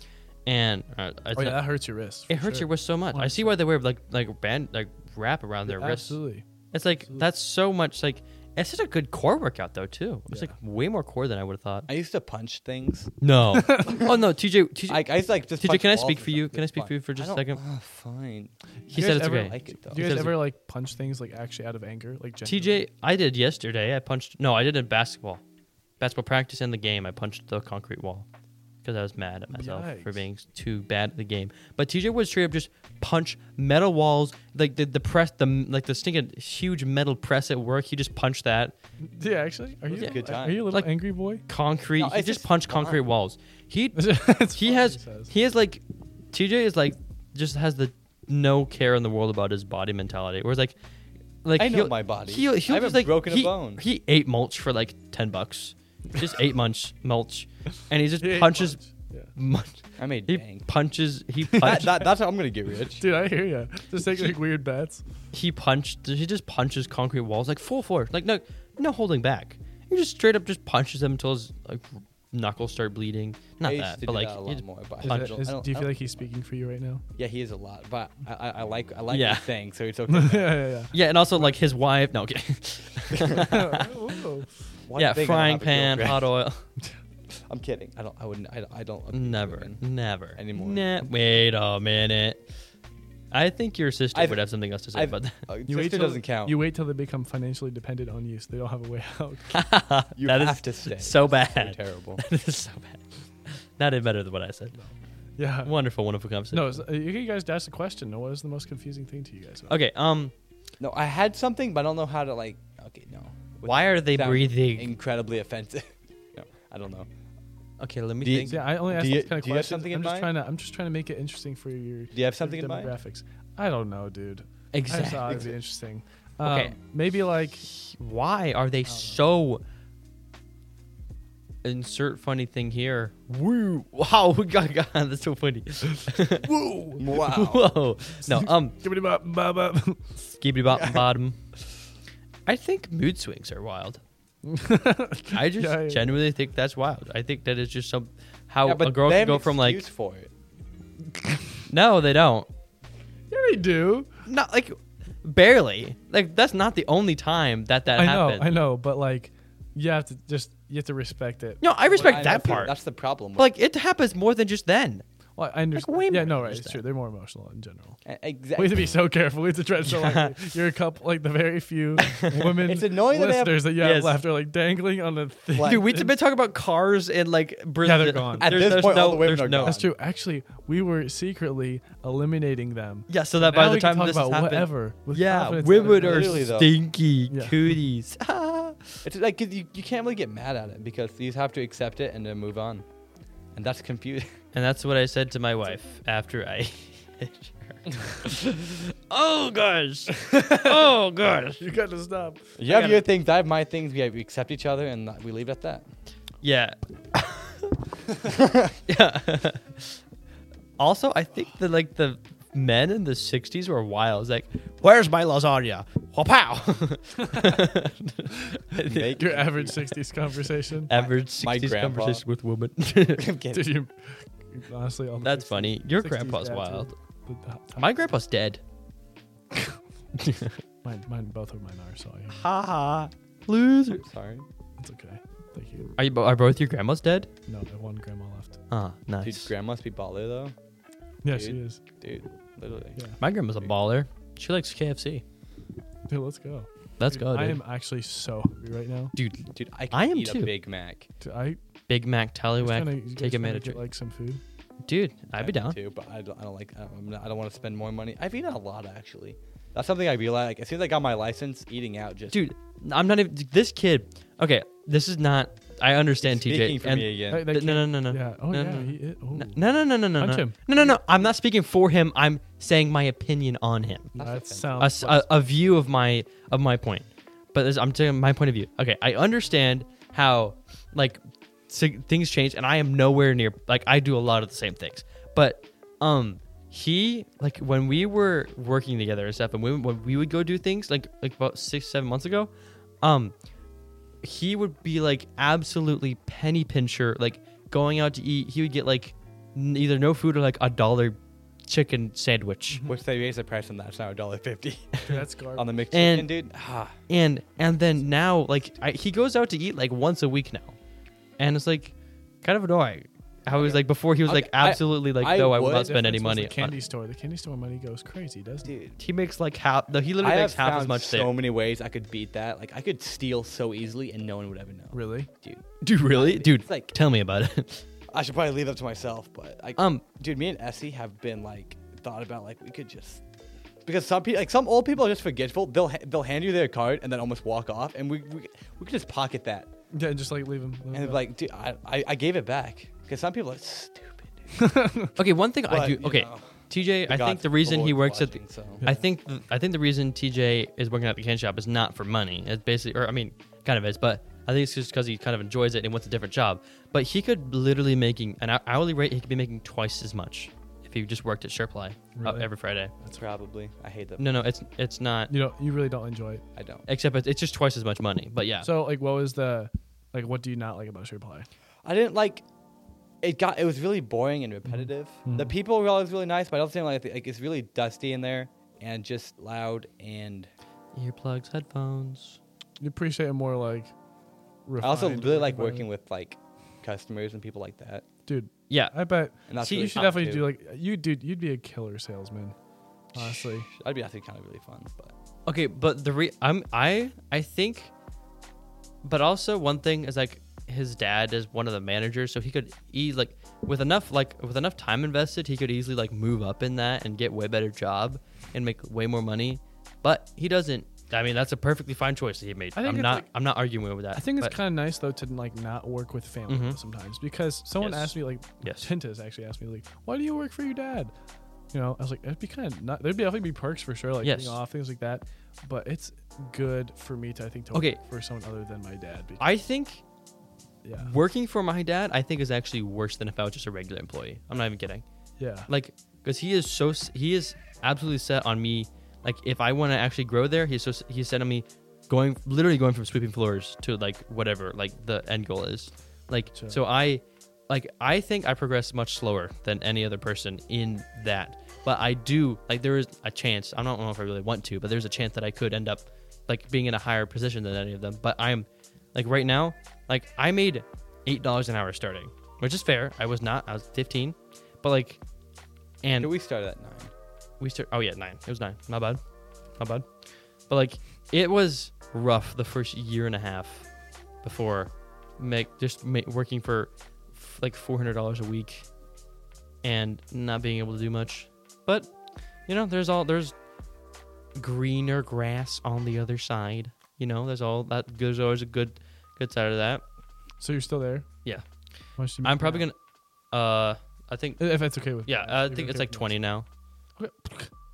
A: and uh, I
B: oh yeah, that hurts your wrist.
A: it hurts your wrist so much. I see why they wear like like band like wrap around their wrists.
B: Absolutely.
A: It's like that's so much like it's such a good core workout though too. It's
B: Yeah.
A: like way more core than I would have thought.
C: I used to punch things.
A: No, oh no, TJ, TJ,
C: I, I used to like just.
A: TJ,
C: punch
A: can I
C: walls
A: speak
C: and
A: for you?
C: stuff.
A: Can I
C: It's
A: speak for you
C: fine.
A: for just
C: I
A: a
C: don't-
A: second?
C: ah, fine.
A: he
B: you
A: said
B: guys
A: it's
B: ever
A: okay.
C: like it, though.
B: Do you
A: He
B: guys
A: says-
B: ever like punch things like actually out of anger, like genuinely?
A: TJ, I did yesterday. I punched. No, I did in basketball, basketball practice and the game. I punched the concrete wall because I was mad at myself for
B: Yikes.
A: being too bad at the game. But TJ would straight up just punch metal walls, like the the press, the like the stinking huge metal press at work. He just punched that
B: Yeah, actually, are you
C: was a good
B: are you a little
A: Like-
B: angry boy?
A: concrete.
C: No,
A: he
C: it's
A: just
C: just
A: punched concrete
C: fun.
A: walls. He
B: It's
A: he
B: funny,
A: has
B: he says.
A: he has like TJ is like just has the no care in the world about his body mentality. Whereas like like
C: I know
A: he'll-
C: my body.
A: He'll, he'll
C: I haven't
A: just, like,
C: broken a
A: he-
C: bone.
A: He ate mulch for like ten bucks, just ate mulch mulch, and he just
B: He ate
A: punches.
B: punch. Yeah.
A: Munch,
C: I made
A: he
C: bank.
A: punches. He
C: That,
A: punched.
C: that, that's how I'm gonna get rich.
B: Dude, I hear you. Just take like weird bats.
A: he punched. He just punches concrete walls like full force. Like no, no holding back. He just straight up just punches them until his like knuckles start bleeding. Not
C: I used
A: that,
C: to
A: but
C: do
A: like
C: that a
A: he
C: lot
A: just-
C: more, but I
B: Is
A: punch.
B: that-
C: don't-
B: is-
C: I don't-
B: do you
C: I
B: feel
C: don't-
B: like he's speaking for you right now?
C: Yeah, he is a lot, but I, I, I like I like
A: Yeah.
C: his thing, so it's
B: yeah,
C: okay.
B: yeah,
A: Yeah, and also like his wife. No, okay.
B: yeah. Oh, Whoa.
C: One
A: yeah,
C: thing I don't
A: frying
C: have a
A: pan,
C: girlfriend.
A: hot oil.
C: I'm kidding. I don't. I wouldn't. I don't. I don't abuse
A: Never,
C: women.
A: never
C: Anymore.
A: Nah, wait a minute. I think your sister
C: I've-
A: would have something else to say
C: I've-
A: about that.
C: uh,
B: You wait
C: sister
B: till
C: doesn't count.
B: You wait till they become financially dependent on you, so they don't have a way out.
C: You
A: That is
C: have to stay.
A: so
C: You're
A: bad.
C: terrible.
A: That is so bad. Not any better than what I said.
B: Yeah.
A: Wonderful, wonderful conversation.
B: No, it's- uh, you you guys asked the question. What is the most confusing thing to you guys? about?
A: Okay. Um.
C: No, I had something, but I don't know how to like. Okay, no.
A: Why are they
C: Sound
A: breathing?
C: Incredibly offensive. no, I don't know.
A: okay. Let me
C: Do you-
A: think.
B: Yeah, I only
C: Do
B: asked
C: you-
B: this kind of
C: do you have
B: questions.
C: something
B: I'm
C: in
B: just
C: mind?
B: trying to. I'm just trying to make it interesting for your.
C: Do you have something in mind?
B: demographics. I don't know, dude. I just
A: Exactly.
B: thought it'd be interesting.
A: Okay.
B: Um, Maybe like
A: Why are they so? Insert funny thing here. Woo! Wow! God, God, that's so funny.
C: Woo! Wow.
A: Whoa! No. Um.
B: give it about bob up.
A: Skibbity bottom bottom. I think mood swings are wild. I just
B: Yeah, yeah.
A: genuinely think that's wild. I think that is just some how
C: Yeah,
A: a girl can
C: they have
A: go
C: an
A: from like
C: excuse for it.
A: no, they don't.
B: yeah, they do.
A: Not like barely. Like that's not the only time that that
B: I know.
A: happened.
B: I know. But like, you have to just you have to respect it.
A: No, I respect
C: I-
A: that
C: that's the-
A: part.
C: That's the problem.
A: But, like it happens more than just then.
B: Well, I understand.
A: way
B: yeah,
A: more
B: no,
A: than
B: right.
A: just
B: It's true. They're more emotional in general. We
C: Exactly.
B: have to be so careful. We have to tread so lightly. You're a couple, like the very few women
C: It's annoying that they have-
B: listeners that you have
A: Yes.
B: left are like dangling on the thing.
C: Like-
A: Dude, we've been talking about cars and like Brazil.
B: Yeah, they're gone.
C: At
A: there's,
C: this
A: there's
C: point,
A: no,
C: all the women
A: there's
C: are
A: no.
C: gone.
B: That's true. Actually, we were secretly eliminating them.
A: Yeah, so that
B: Now
A: by
B: we
A: the
B: can
A: time
B: talk
A: this has
B: about
A: happened,
B: whatever. with
A: yeah,
B: confidence
A: women
B: and-
A: are
C: Literally, though.
A: stinky
B: Yeah.
A: cooties. Ah.
C: It's like 'cause you, you can't really get mad at it because you have to accept it and then move on, and that's confusing.
A: And that's what I said to my wife after I hit her. oh gosh. Oh gosh.
B: You gotta stop.
C: You
A: I
C: have
A: gotta-
C: your things, I have my things. We, have, we accept each other, and we leave it at that.
A: Yeah. yeah. also, I think that like the men in the '60s were wild. It's like, where's my lasagna? Wapow.
C: Make-
B: Your average 60s conversation.
A: Average
C: My
A: '60s
C: grandpa.
A: conversation with women.
C: I'm kidding.
B: Dude, you, honestly, all the
A: That's
B: 60s
A: funny. Your
B: 60s
A: grandpa's
B: dads are
A: wild.
B: the top-
A: My grandpa's dead.
B: Mine, mine, both of mine are. So I-
A: Ha ha. Losers.
C: Sorry,
B: it's okay. Thank you.
A: Are you? bo- Are both your grandmas dead?
B: No, I have one grandma left.
A: Ah, nice.
C: dude. Grandma's be baller though,
B: Yeah,
C: Dude.
B: she is.
C: dude. Literally.
B: Yeah.
A: My grandma's a baller. She likes KFC.
B: Dude, let's go.
A: Let's
B: Dude,
A: go, dude.
B: I am actually so hungry right now.
A: dude,
C: Dude, I can
A: I am
C: eat
A: too.
C: a Big Mac.
B: Dude, I
A: Big Mac,
B: I was
A: Tallywhack,
B: trying to- you
A: take a
B: guys trying to
A: minute.
B: get, like some food.
A: dude, I'd be
C: I am
A: down.
C: Too, but I don't, I don't like. I don't, I'm not- I don't want to spend more money. I've eaten a lot actually. That's something I realized. Like, as soon as I got my license, eating out just
A: Dude, I'm not even. This kid. Okay, this is not. I understand,
C: speaking
A: TJ.
C: for
A: and-
C: me again.
B: That- that
A: th- no,
B: kid-
A: no, no, no.
B: Yeah. Oh,
A: No,
B: yeah.
A: no.
B: He, it, oh.
A: no, no, no, no, no,
B: Punch
A: no,
B: him.
A: no, no, no. I'm not speaking for him. I'm saying my opinion on him.
C: That's
B: That
C: offensive.
A: A,
B: sounds.
A: s- a- a view of my of my point, but this, I'm taking my point of view. Okay, I understand how like sig- things change, and I am nowhere near like I do a lot of the same things. But um, he like when we were working together and stuff, and we, when we would go do things like like about six seven months ago, um, he would be like absolutely penny pincher, like going out to eat. He would get like n- either no food or like a dollar chicken sandwich.
C: Which they raised the price on that. It's now a dollar fifty
B: dude, that's garbage.
C: on the mixed
A: And-
C: chicken, dude. Ah,
A: and and then now like I, he goes out to eat like once a week now and it's like kind of annoying how he's like before he was like
C: Okay, I-
A: absolutely like
C: I
A: no i will not
C: would-
A: spend any
B: Difference was
A: money
B: The
A: on
B: candy store. The candy store money goes crazy, doesn't it?
C: dude.
A: he makes like half no he
C: I
A: literally
C: have
A: makes half
C: found
A: as much
C: so
A: there
C: many ways I could beat that. Like I could steal so easily, and no one would ever know.
B: Really?
C: dude.
A: dude really dude
C: It's like-
A: tell me about it
C: I should probably leave that to myself, but I,
A: Um,
C: um, dude, me and Essie have been like thought about like we could just because some people like some old people are just forgetful. They'll ha- they'll hand you their card and then almost walk off, and we we, we could just pocket that
B: Yeah, and just like leave them.
C: and be like, dude, I, I I gave it back because some people are stupid. Dude.
A: okay one thing i
C: But,
A: do
C: you
A: okay
C: know,
A: tj i think
C: God's
A: the reason he
C: Lord's
A: works at
C: watching,
A: the
C: so.
A: I think th- I think the reason TJ is working at the candy shop is not for money. It's basically, or I mean, kind of is, but I think it's just because he kind of enjoys it and wants a different job. But he could literally making an hou- hourly rate. He could be making twice as much if he just worked at Sherply uh
B: Really?
A: every Friday.
C: That's probably I hate them.
A: No, no, it's it's not.
B: you know, you really don't enjoy it.
C: I don't.
A: Except it's, it's just twice as much money. But yeah,
B: So, like, what was the, like, what do you not like about Sureply?
C: I didn't like. It got it was really boring and repetitive. The people were always really nice, but I also didn't like, the- like it's really dusty in there and just loud and
A: earplugs, headphones.
B: You appreciate it more, like.
C: I also
B: refined
C: really like
B: environment.
C: working with like customers and people like that.
B: Dude,
A: Yeah,
B: I bet
C: And that's
A: See,
C: really
B: you should
C: fun,
B: definitely
C: too.
B: do like you, dude. You'd be a killer salesman, honestly.
C: That'd be actually kind of really fun. But
A: Okay, but the re I'm I I think but also one thing is like his dad is one of the managers, so he could e like with enough like with enough time invested, he could easily like move up in that and get way better job and make way more money. But he doesn't. I mean, that's a perfectly fine choice that he made.
B: I think
A: I'm
B: it's
A: not.
B: like-
A: I'm not arguing with that.
B: I think it's
A: but-
B: kind of nice though to like not work with family
A: Mhm.
B: sometimes because someone
A: Yes.
B: asked me like
A: Yes.
B: Tintas actually asked me like why do you work for your dad? You know, I was like it'd be kind of not there'd be definitely be perks for sure like
A: Yes.
B: being off things like that, but it's good for me to I think to
A: Okay.
B: work for someone other than my dad. Because,
A: I think
B: yeah,
A: working for my dad, I think is actually worse than if I was just a regular employee. I'm not even kidding.
B: yeah,
A: like because he is so s- he is absolutely set on me like if i want to actually grow there he's so s- he's set on me going literally going from sweeping floors to like whatever like the end goal is like
B: Sure.
A: so i like i think i progress much slower than any other person in that but i do like there is a chance i don't know if i really want to but there's a chance that i could end up like being in a higher position than any of them but i'm like right now like i made eight dollars an hour starting which is fair i was not i was 15 But like, and
C: Can we start at nine?
A: we start. Oh yeah, nine. It was nine. Not bad. Not bad. But like, it was rough the first year and a half before make just make, working for f- like four hundred dollars a week and not being able to do much. But you know, there's all there's greener grass on the other side. You know, there's all that. There's always a good good side of that.
B: So you're still there?
A: Yeah.
B: Why don't you
A: I'm
B: make
A: probably
B: it
A: gonna. Uh, I think.
B: now? If that's okay with
A: Yeah, uh,
B: me.
A: I
B: If
A: think
B: you're
A: it's
B: okay
A: like
B: with
A: 20
B: me.
A: now.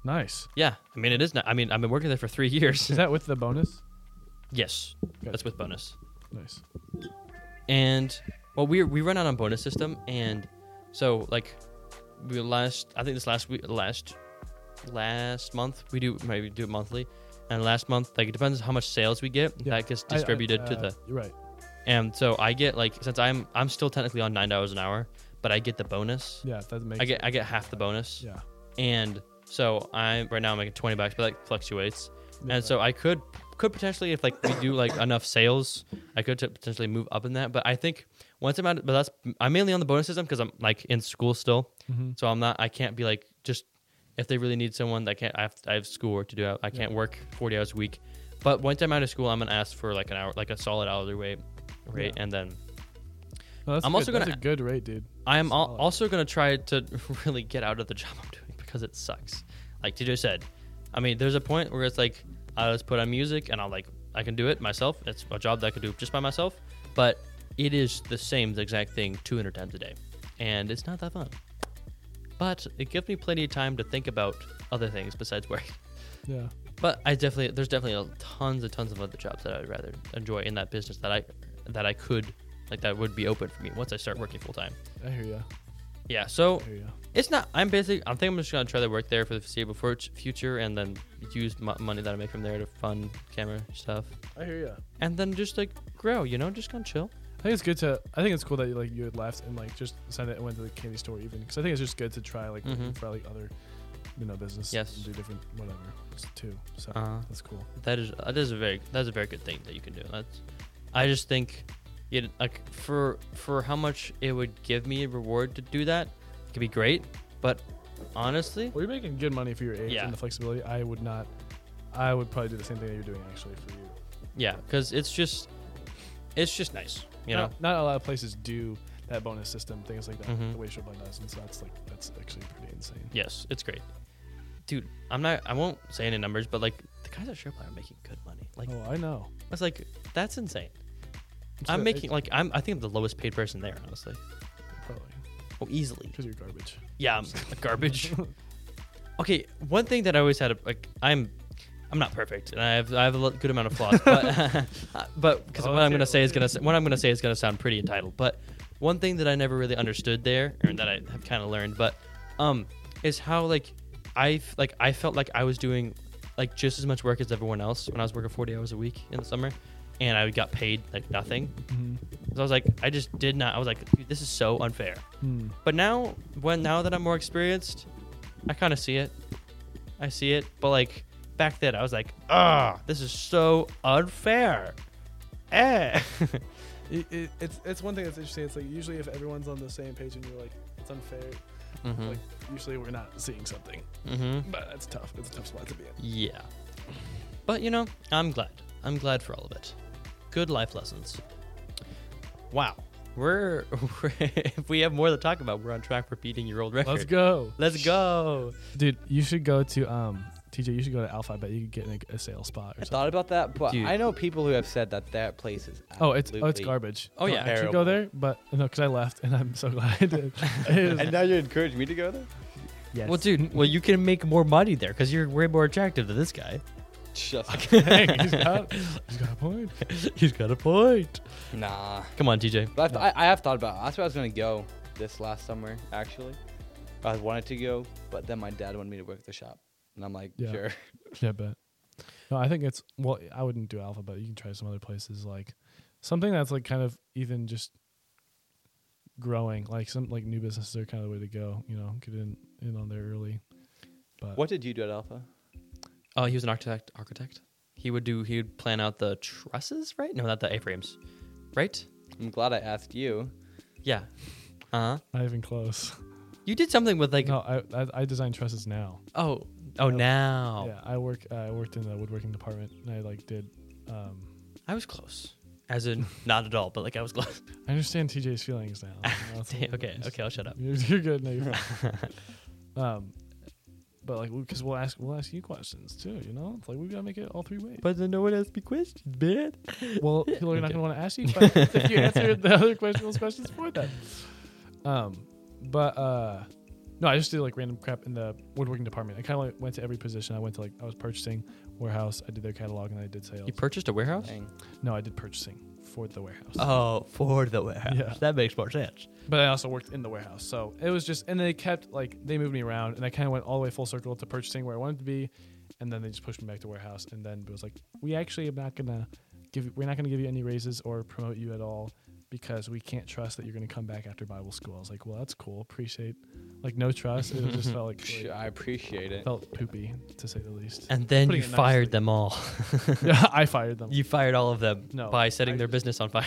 B: Nice.
A: Yeah, I mean it is. Not, I mean I've been working there for three years.
B: Is that with the bonus?
A: yes,
B: Gotcha.
A: that's with bonus.
B: Nice.
A: And well, we we run out on bonus system, and so like we last I think this last week last last month we do maybe do it monthly, and last month like it depends how much sales we get
B: Yeah.
A: that gets
B: I- I-
A: distributed to
B: uh,
A: the
B: You're right.
A: and so I get like since I'm I'm still technically on nine dollars an hour, but I get the bonus.
B: Yeah, that makes
A: I get I get half the bonus.
B: Yeah.
A: and so I'm right now I'm making 20 bucks, but that fluctuates.
B: Yeah.
A: And so I could could potentially, if like we do like enough sales, I could t- potentially move up in that. But I think once I'm out, but that's I'm mainly on the bonus system because I'm like in school still,
B: Mhm.
A: so I'm not I can't be like just if they really need someone that can't I have, I have schoolwork to do I can't work 40 hours a week. But once I'm out of school, I'm gonna ask for like an hour, like a solid hourly rate, rate,
B: Yeah.
A: and then
B: No, that's
A: I'm
B: good.
A: also gonna-
B: That's a good rate, dude.
A: I am al-
B: Solid.
A: also going to try to really get out of the job I'm doing because it sucks. Like TJ said, I mean, there's a point where it's like I just put on music and I'll like I can do it myself. It's a job that I could do just by myself, but it is the same the exact thing 200 times a day, and it's not that fun. But it gives me plenty of time to think about other things besides work.
B: Yeah.
A: But I definitely there's definitely tons and tons of other jobs that I'd rather enjoy in that business that I that I could like that would be open for me once I start working full time.
B: I hear ya.
A: Yeah, so
B: I hear ya.
A: it's not. I'm basically. I think I'm just gonna try to work there for the foreseeable fur- future, and then use m- money that I make from there to fund camera stuff,
B: I hear ya.
A: and then just like grow. You know, just kind of chill.
B: I think it's good to. I think it's cool that you, like you had left and like just decided that it went to the candy store even because I think it's just good to try like looking
A: Mhm.
B: for like other, you know, business.
A: Yes.
B: And do different whatever s- too. So
A: Uh,
B: that's cool.
A: that is that is a very that's a very good thing that you can do. That's. I just think, it like for for how much it would give me a reward to do that, it could be great. But honestly,
B: Well, you're making good money for your age
A: Yeah.
B: and the flexibility. I would not. I would probably do the same thing that you're doing actually for you.
A: yeah, because it's just, it's just nice. You know.
B: not, not a lot of places do that bonus system things like that.
A: Mhm.
B: The way Showblind does, and so that's like that's actually pretty insane.
A: Yes, it's great. Dude, I'm not. I won't say any numbers, but like the guys at Sherpline are making good money. Like
B: oh, I know.
A: It's like that's insane.
B: It's
A: I'm
B: the-
A: making
B: it's
A: like I'm. I think I'm the lowest paid person there, honestly.
B: probably
A: Oh, easily.
B: because you're garbage.
A: Yeah, I'm garbage. okay, one thing that I always had a, like I'm. I'm not perfect, and I have I have a lo- good amount of flaws, but but because what I'm
B: Okay.
A: gonna say is gonna s- what I'm gonna say is gonna sound pretty entitled. But one thing that I never really understood there, or that I have kind of learned, but um, is how like I f- like I felt like I was doing like just as much work as everyone else when I was working 40 hours a week in the summer, and I got paid like nothing.
B: Mm-hmm.
A: So I was like, I just did not. I was like, dude, this is so unfair.
B: Hmm.
A: But now, when now that I'm more experienced, I kind of see it. I see it. But like back then, I was like, ah, this is so unfair. Eh.
B: it, it, it's it's one thing that's interesting. It's like usually if everyone's on the same page and you're like it's unfair,
C: Hmm.
A: Mhm.
B: like usually we're not seeing something.
A: mm-hmm.
B: But it's tough. It's a tough spot to be in.
A: Yeah. But you know, I'm glad. I'm glad for all of it. Good life lessons. Wow. We're, if we have more to talk about, we're on track for beating your old record.
B: Let's go,
A: Let's go.
B: dude. You should go to um TJ. You should go to Alpha. I bet you could get like a sale spot or
C: I
B: something.
C: thought about that, but
A: Dude.
C: I know people who have said that that place is
B: Oh, it's oh, it's
C: absolutely-
B: garbage.
A: Oh, yeah.
B: I should go
C: Terrible.
B: there, but no, because I left, and I'm so glad I did. It
C: And
B: was-
C: now you encourage me to go there?
B: yes.
A: Well, dude, well, you can make more money there because you're way more attractive than this guy.
C: Just
B: Dang, he's got, he's got a point.
A: He's got a point.
C: nah.
A: Come on, TJ.
C: But I've, I, I have thought about. It. That's where I was gonna go this last summer. Actually, I wanted to go, but then my dad wanted me to work at the shop, and I'm like,
B: Yeah.
C: sure.
B: Yeah, but no, I think it's well. I wouldn't do Alpha, but you can try some other places like something that's like kind of even just growing. Like some like new businesses are kind of the way to go. You know, get in in on there early. But
C: What did you do at Alpha?
A: Oh, he was an architect. Architect. He would do. He would plan out the trusses, right? No, not the A-frames, right?
C: I'm glad I asked you.
A: Yeah. Uh huh.
B: Not even close.
A: You did something with like
B: no, I, I I design trusses now.
A: oh oh
B: No.
A: now.
B: Yeah, I work. Uh, I worked in the woodworking department, and I like did. Um,
A: I was close. As in not at all, but like I was close.
B: I understand TJ's feelings now. You know, it's
A: Damn,
B: like-
A: okay, okay, I'll shut up.
B: You're, you're good. No, you're fine. um, but like, because we'll ask, we'll ask you questions too. You know, it's like we gotta make it all three ways.
A: But then no one asked me questions, man.
B: well, people are not
A: Okay.
B: gonna want to ask you questions if you answer the other question, those questions for them. Um, but uh, no, I just did like random crap in the woodworking department. I kind of like, went to every position. I went to like I was purchasing warehouse. I did their catalog and I did sales.
A: You purchased a warehouse?
C: Dang.
B: no, I did purchasing for the warehouse.
A: Oh, for the warehouse.
B: Yeah.
A: That makes more sense.
B: But I also worked in the warehouse. So it was just, and they kept like, they moved me around and I kind of went all the way full circle to purchasing where I wanted to be. And then they just pushed me back to warehouse. And then it was like, we actually am not going to give, we're not going to give you any raises or promote you at all because we can't trust that you're going to come back after Bible school. I was like, well, that's cool. Appreciate, like, no trust. It just felt like,
C: Psh,
B: really-
C: I appreciate it.
B: felt poopy to say the least.
A: And then
B: Putting
A: you
B: it nicely.
A: fired them all.
B: yeah, I fired them.
A: You fired all of them
B: No,
A: by setting
B: I
A: their
B: just-
A: business on fire.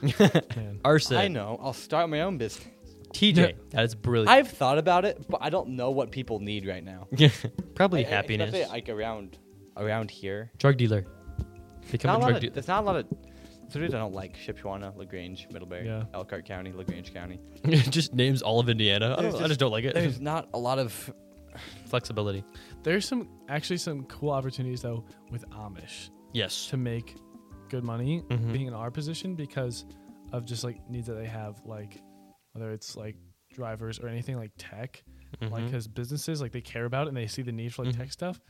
B: Man.
A: Arson.
C: I know. I'll start my own business.
A: TJ.
B: Yeah.
A: That is brilliant.
C: I've thought about it, but I don't know what people need right now.
A: Probably
C: Like,
A: happiness.
C: Especially like around around here.
A: drug dealer. Become
C: Not
A: a
C: a lot
A: drug
C: of,
A: dealer.
C: there's not a lot of. That's the reason I don't like Shipswana, Lagrange, Middlebury,
B: Yeah.
C: Elkhart County, Lagrange County.
A: just names all of Indiana. I, don't,
C: There's
A: I just don't like it.
C: There's not a lot of.
A: Flexibility.
B: There's some, actually some cool opportunities though with Amish.
A: Yes.
B: to make good money
A: Mhm.
B: being in our position because of just like needs that they have like whether it's like drivers or anything like tech Like 'cause like
C: Mm-hmm.
A: Mhm.
B: because businesses like they care about it and they see the need for like
A: Mhm.
B: tech stuff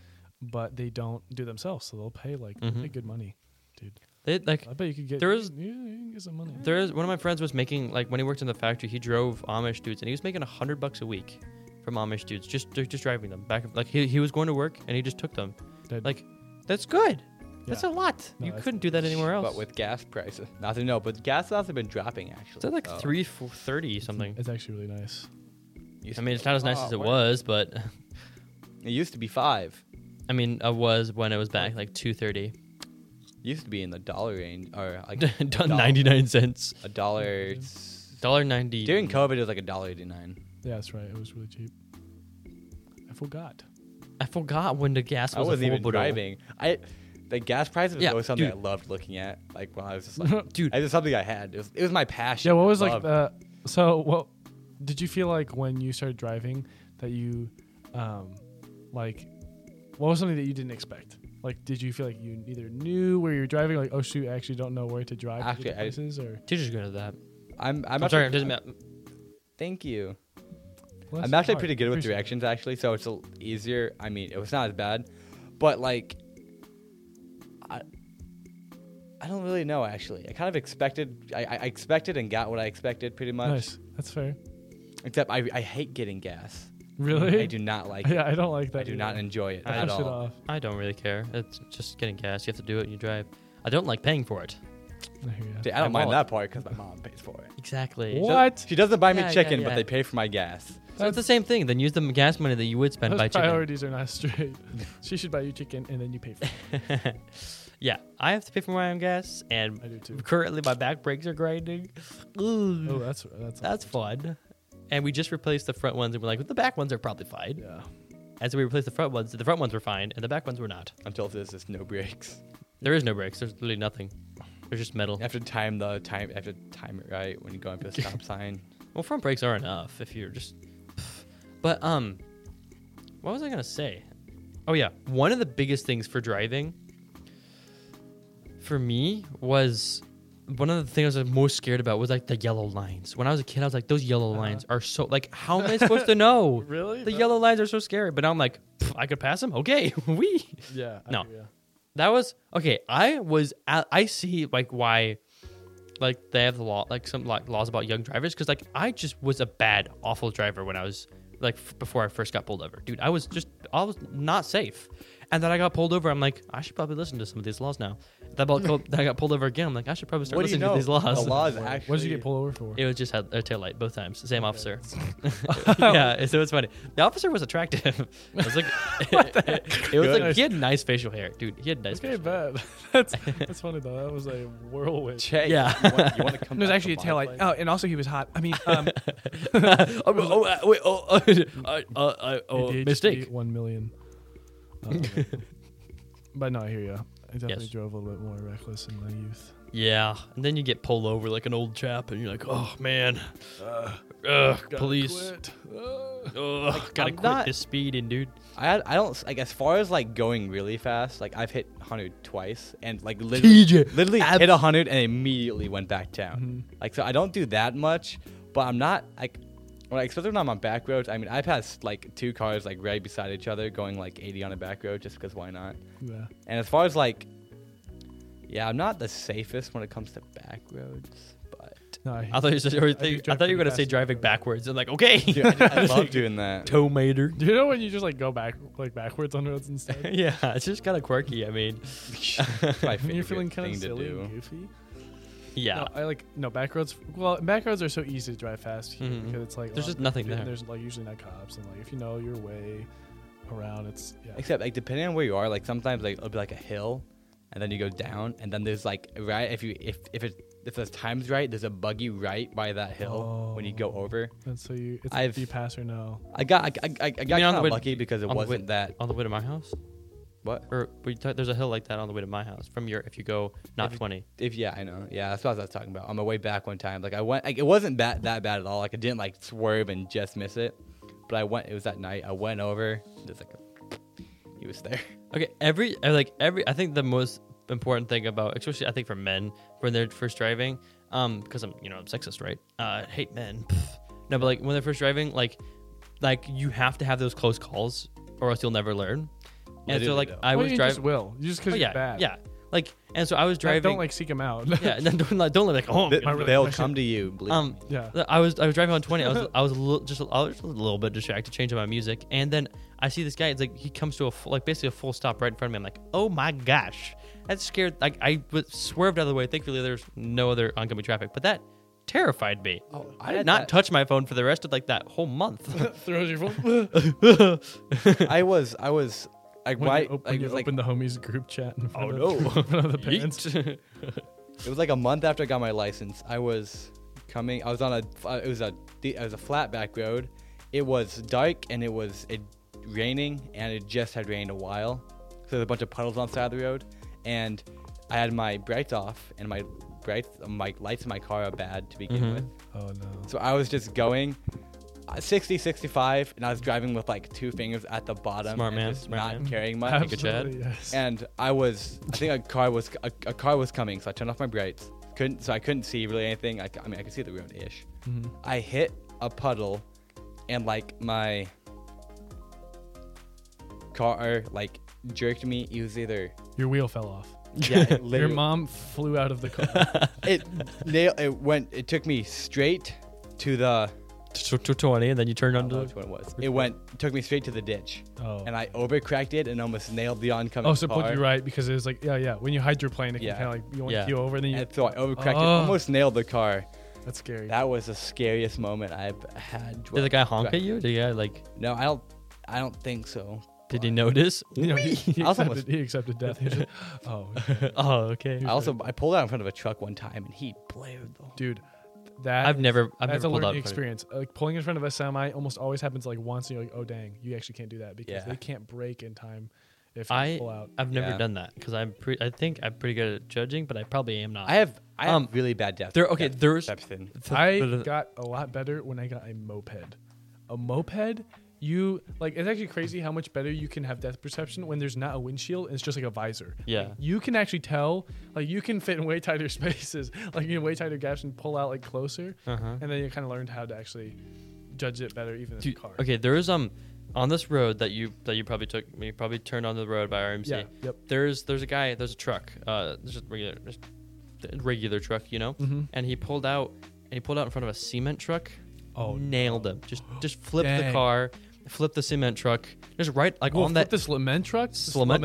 B: but they don't do themselves so they'll pay like
A: Mhm.
B: they'll pay good money dude
A: They, like
B: i bet you could get
A: There
B: you
A: is-
B: can- yeah, you can get some money
A: there is one of my friends was making like when he worked in the factory, he drove Amish dudes and he was making a hundred bucks a week from Amish dudes, just just driving them back. Like he, he was going to work and he just took them.
B: That-
A: Like that's good. That's
B: Yeah.
A: a lot.
B: No,
A: you
B: that's-
A: couldn't do that anywhere else.
C: But with gas prices, not to know, but gas prices have been dropping actually.
A: is that like
C: so-
A: three four, thirty something?
B: it's actually really nice
C: used
A: I
C: to
A: mean,
C: be
A: it's not as nice as
C: five.
A: it was, but
C: Oh, It used to be five.
A: I mean, it was when it was back like two thirty,
C: It used to be in the dollar range or like a dollar-
A: ninety nine cents,
C: A dollar.
A: dollar ninety.
C: During COVID, it was like a dollar eighty nine.
B: yeah that's right it was really cheap i forgot
A: I forgot when the gas
C: I
A: was
C: wasn't even
A: affordable.
C: driving. I the gas price was
A: Yeah,
C: always something
A: dude.
C: I loved looking at. Like when I was just like,
A: Dude.
C: it was something I had. It was, it was my passion.
B: Yeah, what was
C: I
B: like uh,
C: loved-
B: the so what did you feel like when you started driving that you um like what was something that you didn't expect? Like did you feel like you either knew where you were driving like oh shoot, I actually don't know where to drive
C: Actually,
B: actually,
C: I-
B: places or
A: Teacher's good at that.
C: I'm. I'm,
A: I'm,
C: actually-
A: sorry, it doesn't matter.
C: Thank you.
B: Well, that's
C: I'm actually
B: hard.
C: pretty good with
B: Oh, Appreciate
C: directions, actually, so it's a l- easier. I mean, it was not as bad, but like, I, I don't really know. Actually, I kind of expected. I, I I expected and got what I expected, pretty
B: it.
C: much.
B: Nice. That's fair.
C: Except I, I hate getting gas.
B: Really?
C: I do not like. it.
B: Yeah, I don't like that.
C: I do not
B: either.
C: enjoy it
A: I
C: at
B: Push it
C: all.
B: off.
A: I don't really care. It's just getting gas. You have to do it and you drive. I don't like paying for it.
B: I hear ya.
C: See, I don't
A: My
C: mind
A: wallet.
C: that part because my mom pays for it.
A: Exactly.
B: What?
C: She doesn't buy me
A: Yeah, yeah,
C: chicken,
A: yeah.
C: but they pay for my gas.
A: So it's the same thing. Then use the gas money that you would spend
B: Those
A: by chicken.
B: priorities are not straight. she should buy you chicken and then you pay for it.
A: yeah, I have to pay for my own gas, and
B: I do too.
A: currently my back brakes are grinding. Ooh,
B: Oh, that's that's
C: Uh,
A: that's fun. And we just replaced the front ones, and we're like, the back ones are probably fine.
B: yeah.
A: And so we replaced the front ones. The front ones were fine, and the back ones were not.
C: Until there's just no brakes.
A: There is no brakes. There's literally nothing. There's just metal.
C: You have to time the time. You have to time it right when you go up to the stop sign.
A: Well, front brakes are enough if you're just. But um, what was I gonna say? Oh yeah, one of the biggest things for driving. For me was one of the things I was most scared about was like the yellow lines. When I was a kid, I was like, those yellow lines are so like, how am I supposed to know?
B: Uh-huh. Really?
A: The yellow lines are so scary. But now I'm like, "Pff, I could pass them. Okay, we.
B: Yeah. I
A: No.
B: hear ya.
A: That was okay. I was at, I see like why, like they have the law like some like laws about young drivers because like I just was a bad awful driver when I was like f- before I first got pulled over, dude. I was just I was not safe, And then I got pulled over. I'm like, I should probably listen to some of these laws now. That about then I got pulled over again. I'm like, I should probably start
C: What do you
A: listening
C: know?
A: to these laws.
C: The laws
B: What
C: actually.
B: did you get pulled over for?
A: It was just had a tail light both times. Same officer. yeah, so it's funny. The officer was attractive. It was like, it was like
B: Good.
A: he had nice facial hair, dude. He had nice.
B: okay,
A: facial
B: bad. that's that's funny though. That was a whirlwind.
C: Che,
A: Yeah.
C: You want, you want to come
B: It was
C: back
B: actually a
C: to
B: tail
C: my
B: light.
C: place?
B: Oh, and also he was hot. I mean, um,
A: hair. oh, oh, uh, wait, oh, uh, uh, uh, uh, oh,
B: ADHD,
A: mistake.
B: One million. Um, but no, I hear you. I definitely
A: Yes.
B: drove a little bit more reckless in my youth.
A: Yeah, and then you get pulled over like an old chap, and you're like, oh man, Ugh, police,
B: Ah.
A: Ugh, gotta
C: I'm
A: quit
C: not-
A: this speeding, dude.
C: I had- I don't like as far as like going really fast. Like I've hit hundred twice, and like literally,
A: TJ,
C: literally
A: abs- Mm-hmm.
C: hit hundred and immediately went back down. Like so, I don't do that much, but I'm not like when I especially when I'm on back roads. I mean, I passed like two cars like right beside each other going like 80 on a back road just because why not?
B: Yeah.
C: And as far as like, yeah, I'm not the safest when it comes to back roads, but
B: No, I,
A: I thought you said, or
B: do
A: think, I
B: drive
A: thought you were gonna
B: pretty
A: say
B: fast.
A: driving backwards, and like, okay,
C: Dude, I, I love doing that.
A: toe mater.
B: Do you know when you just like go back like backwards on roads instead?
A: yeah, it's just kind of quirky. I mean,
C: It's my
B: when you're
C: favorite
B: feeling kind
C: thing
B: of
C: to
B: silly and
C: do.
B: goofy.
A: yeah,
B: No, I like no back roads. Well, back roads are so easy to drive fast here
A: Mhm.
B: because it's like
A: There's
B: well,
A: just nothing
B: dude,
A: there.
B: There's like usually not cops and like if you know your way around, it's yeah.
C: Except like depending on where you are, like sometimes like it'll be like a hill, and then you go down, and then there's like right if you if if it if the time's right, there's a buggy right by that hill when you go
B: Oh.
C: over.
B: And so you, it's
C: I've-
B: do you pass or no?
C: I got I, I, I I got
A: mean on
C: kind
A: the
C: of
A: way-
C: lucky because it
A: on the way-
C: wasn't that
A: on the way to my house,
C: what
A: or we t- there's a hill like that on the way to my house from your if you go not
C: If you-
A: 20.
C: if yeah I know yeah that's what I was talking about on my way back one time like I went like it wasn't that that bad at all like I didn't like swerve and just miss it, but I went it was that night I went over just like he was there.
A: Okay, every uh, like every I think the most important thing about especially I think for men when they're first driving, um, because I'm you know I'm sexist, right? Uh, I hate men. Pff. No, but like when they're first driving, like like you have to have those close calls or else you'll never learn. And
C: Literally,
A: so like
C: though.
A: I
B: Well,
A: was
B: you just
A: driving.
B: will you just because
A: Oh, yeah,
B: you're bad.
A: yeah. Like and so I was
B: Like,
A: driving.
B: Don't like seek him out.
A: yeah, don't like, don't like oh
C: They,
A: I'm gonna-
C: will come to you. Believe
A: um,
C: me.
B: Yeah.
A: I was I was driving on twenty. I was I was a little just a, I was a little bit distracted, changing my music, and then I see this guy. It's like he comes to a full, like basically a full stop right in front of me. I'm like, oh my gosh, that scared. Like I was swerved out of the way. Thankfully, there's no other oncoming traffic, but that terrified me.
C: Oh, I
A: I did
C: had
A: not
C: that-
A: touch my phone for the rest of like that whole month.
B: Throws your phone.
C: I was I was like
B: When
C: why
B: you, op-
C: I
B: when you
C: was, like
B: open the homies group chat in front,
C: Oh,
B: of,
C: no.
B: in front of the parents.
A: Yeet.
C: It was like a month after I got my license. I was coming. I was on a. uh, It was a. It was a flat back road. It was dark and it was it raining and it just had rained a while. So there's a bunch of puddles on the side of the road, and I had my brights off and my brights, my lights in my car are bad to begin
A: Mhm.
C: with.
B: Oh no.
C: So I was just going uh, 60, 65, and I was driving with like two fingers at the bottom,
A: Smart
C: and
A: man,
C: just
A: smart
C: not
A: man.
C: carrying much
A: a chat.
B: Absolutely, yes.
C: and I was I think a car was a, a car was coming, so I turned off my brights. Couldn't so I couldn't see really anything. I, c- I mean I could see the road ish.
B: Mhm.
C: I hit a puddle, and like my car like jerked me. It was either
B: Your wheel fell off.
C: yeah, it
B: Your
C: literally-
B: mom flew out of the car.
C: It nail it went. It took me straight to the.
A: To- to twenty, and then you turn
C: I don't know
A: under.
C: which one it was. It went took me straight to the ditch,
B: oh.
C: and I overcracked it and almost nailed the oncoming
B: oh, so
C: car.
B: put you right because it was like yeah, yeah. When you hydroplane, it
C: Yeah.
B: can kind of like you want
A: Yeah.
B: to keel over, and then you.
C: And so I overcracked it,
B: Oh.
C: almost nailed the car.
B: that's scary.
C: That was the scariest moment I've had.
A: Did the guy honk
C: Right.
A: at you? Did the guy like?
C: No, I don't. I don't think so.
A: Did he notice?
B: you know, he, he,
C: I was
B: accepted,
C: almost-
B: he accepted death. He was just, oh,
A: oh, okay.
C: I also I pulled out in front of a truck one time and he blared the. whole-
B: dude, that
A: I've never. I've
B: that's
A: never
B: a
A: pulled out.
B: learning
A: in front of-
B: experience. Uh, Like pulling in front of a semi almost always happens like once, and you're like, oh dang, you actually can't do that because
C: Yeah.
B: they can't break in time if
A: I
B: you pull out.
A: I've never
C: Yeah.
A: done that because I'm pre- I think I'm pretty good at judging, but I probably am not.
C: I have I have
A: Um,
C: really bad death.
A: there- okay,
C: depth-
A: there's-
C: depth in.
B: I got a lot better when I got a moped. A moped, you like it's actually crazy how much better you can have depth perception when there's not a windshield. It's just like a visor. Like,
A: Yeah.
B: you can actually tell. Like you can fit in way tighter spaces, like in way tighter gaps, and pull out like closer.
A: Uh-huh.
B: And then you kind of learned how to actually judge it better, even in the
A: Dude,
B: car.
A: okay, there is um on this road that you that you probably took you probably turned onto the road by RMC.
B: Yeah, yep.
A: There's there's a guy there's a truck uh there's just regular just the regular truck you know
B: Mhm.
A: and he pulled out and he pulled out in front of a cement truck.
B: Oh,
A: nailed him! Just just flipped the
B: Dang.
A: car. flipped the cement truck. Just right like
B: Well,
A: on
B: flip
A: that
B: the cement truck, The
A: cement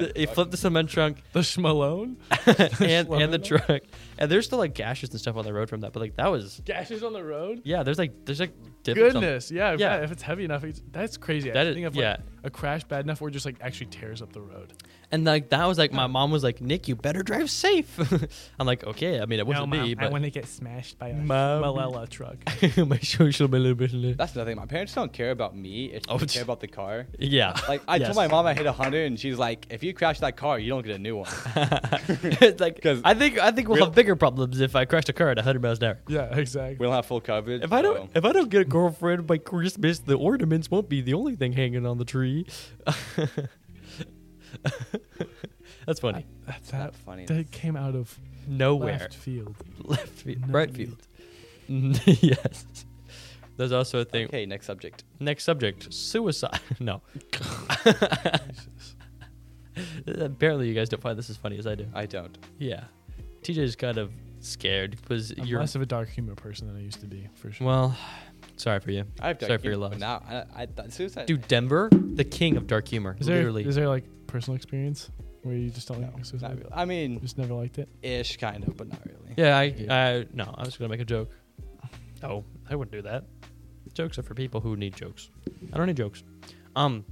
A: truck. he flipped the cement trunk
B: the schmalone,
A: and, and the
B: Sliment?
A: truck. And there's still like gashes and stuff on the road from that, but like that was
B: gashes on the road.
A: yeah. There's like there's like divots on-
B: Goodness, yeah, if
A: Yeah.
B: that- If it's heavy enough, it's, that's crazy.
A: That
B: I
A: is-
B: think of
A: yeah.
B: like a crash bad enough where it just like actually tears up the road.
A: And like that was like
C: Oh.
A: my mom was like, Nick, you better drive safe. I'm like, okay. I mean, it wasn't me, but
B: to get smashed by a
A: Mom.
B: Malala truck.
A: my social media business.
C: That's nothing. My parents don't care about me. It's
A: Oh,
C: they
A: t-
C: care about the car.
A: Yeah.
C: Like I
A: Yes.
C: told my mom I hit a hundred, and she's like, "If you crash that car, you don't get a new one."
A: it's like
C: 'Cause
A: I think I think we'll
C: real-
A: have bigger problems if I crashed a car at 100 miles an hour.
B: yeah, exactly.
C: we don't have full coverage.
A: If I don't
C: so-
A: if I don't get a girlfriend by Christmas, the ornaments won't be the only thing hanging on the tree. That's funny.
B: That's
C: not
B: that
C: funny.
B: That came out of
A: Nowhere.
B: left field.
A: Left field.
B: No
A: Right
B: need.
A: field. yes. There's also a thing.
C: Okay, next subject.
A: Next subject: suicide. no.
B: Jesus.
A: Apparently, you guys don't find this as funny as I do.
C: I don't.
A: Yeah. TJ's kind of scared because
B: I'm
A: you're.
B: less of a dark humor person than I used to be, for sure.
A: Well, sorry for you.
C: I have
A: sorry for your
C: humor,
A: loss.
C: but Now, I, I, that suicide.
A: Dude, Denver, the king of dark humor.
B: is there
A: literally.
B: is there like personal experience where you just don't
C: no,
B: like suicide?
C: not really. I mean,
B: Just never liked it.
C: ish, kind of, but not really.
A: yeah, I, I. No, I was going to make a joke. Oh, I wouldn't do that. Jokes are for people who need jokes. I don't need jokes. Um.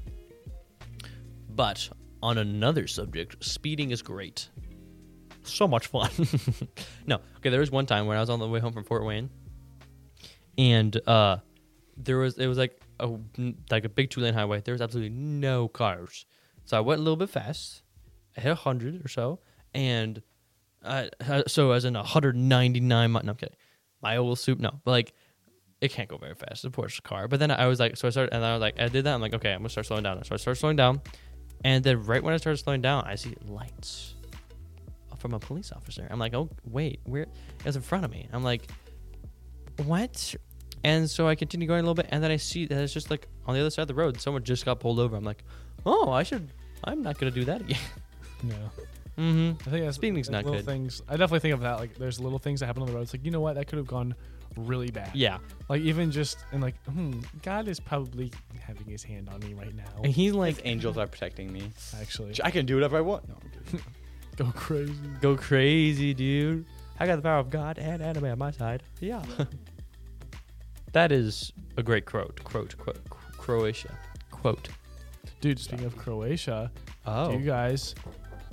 A: But on another subject, speeding is great. So much fun. no, okay. There was one time when I was on the way home from Fort Wayne, and uh, there was it was like a like a big two lane highway. There was absolutely no cars, so I went a little bit fast. I hit hundred or so, and uh, so as in hundred ninety nine. No, I'm kidding. My old soup. No, but like it can't go very fast. It's a Porsche car. But then I was like, so I started, and I was like, I did that. I'm like, okay, I'm gonna start slowing down. So I started slowing down, and then right when I started slowing down, I see lights from a police officer. I'm like, oh wait, where? It was in front of me. I'm like, what? And so I continue going a little bit, and then I see that it's just like on the other side of the road, someone just got pulled over. I'm like, oh, I should. I'm not gonna do that again.
B: No.
A: mm-hmm.
B: I think that's
A: Speeding's
B: that's
A: not
B: little
A: good.
B: things. I definitely think of that. Like, there's little things that happen on the road. It's like, you know what? That could have gone really bad.
A: Yeah.
B: Like, even just, and like, hmm, God is probably having his hand on me right now.
A: And he's like,
C: Like angels are protecting me.
B: Actually,
C: I can do whatever I want. No, I'm kidding.
B: go crazy.
A: go crazy, dude. I got the power of God and anime on my side. Yeah. that is a great quote. Quote, quote, Croatia. Quote.
B: Dude, speaking of Croatia, do
A: Oh.
B: you guys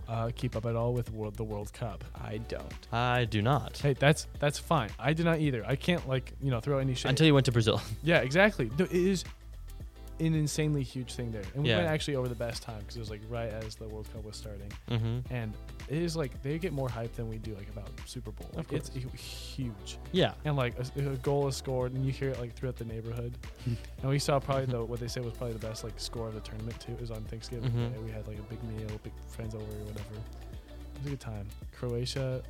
B: uh, keep up at all with world, the World Cup?
C: I don't.
A: I do not.
B: Hey, that's that's fine. I did not either. I can't like you know throw any shit.
A: Until you went to Brazil.
B: yeah, exactly. No, it is an insanely huge thing there, and we
A: Yeah.
B: went actually over the best time because it was like right as the World Cup was starting.
A: mm-hmm.
B: and it is like they get more hype than we do like about Super Bowl. Like,
A: course.
B: it's hu- huge,
A: Yeah.
B: and like a, a goal is scored, and you hear it like throughout the neighborhood. and we saw probably the what they say was probably the best like score of the tournament too. It was on Thanksgiving.
A: Mhm.
B: Day. We had like a big meal, big friends over or whatever. It was a good time. Croatia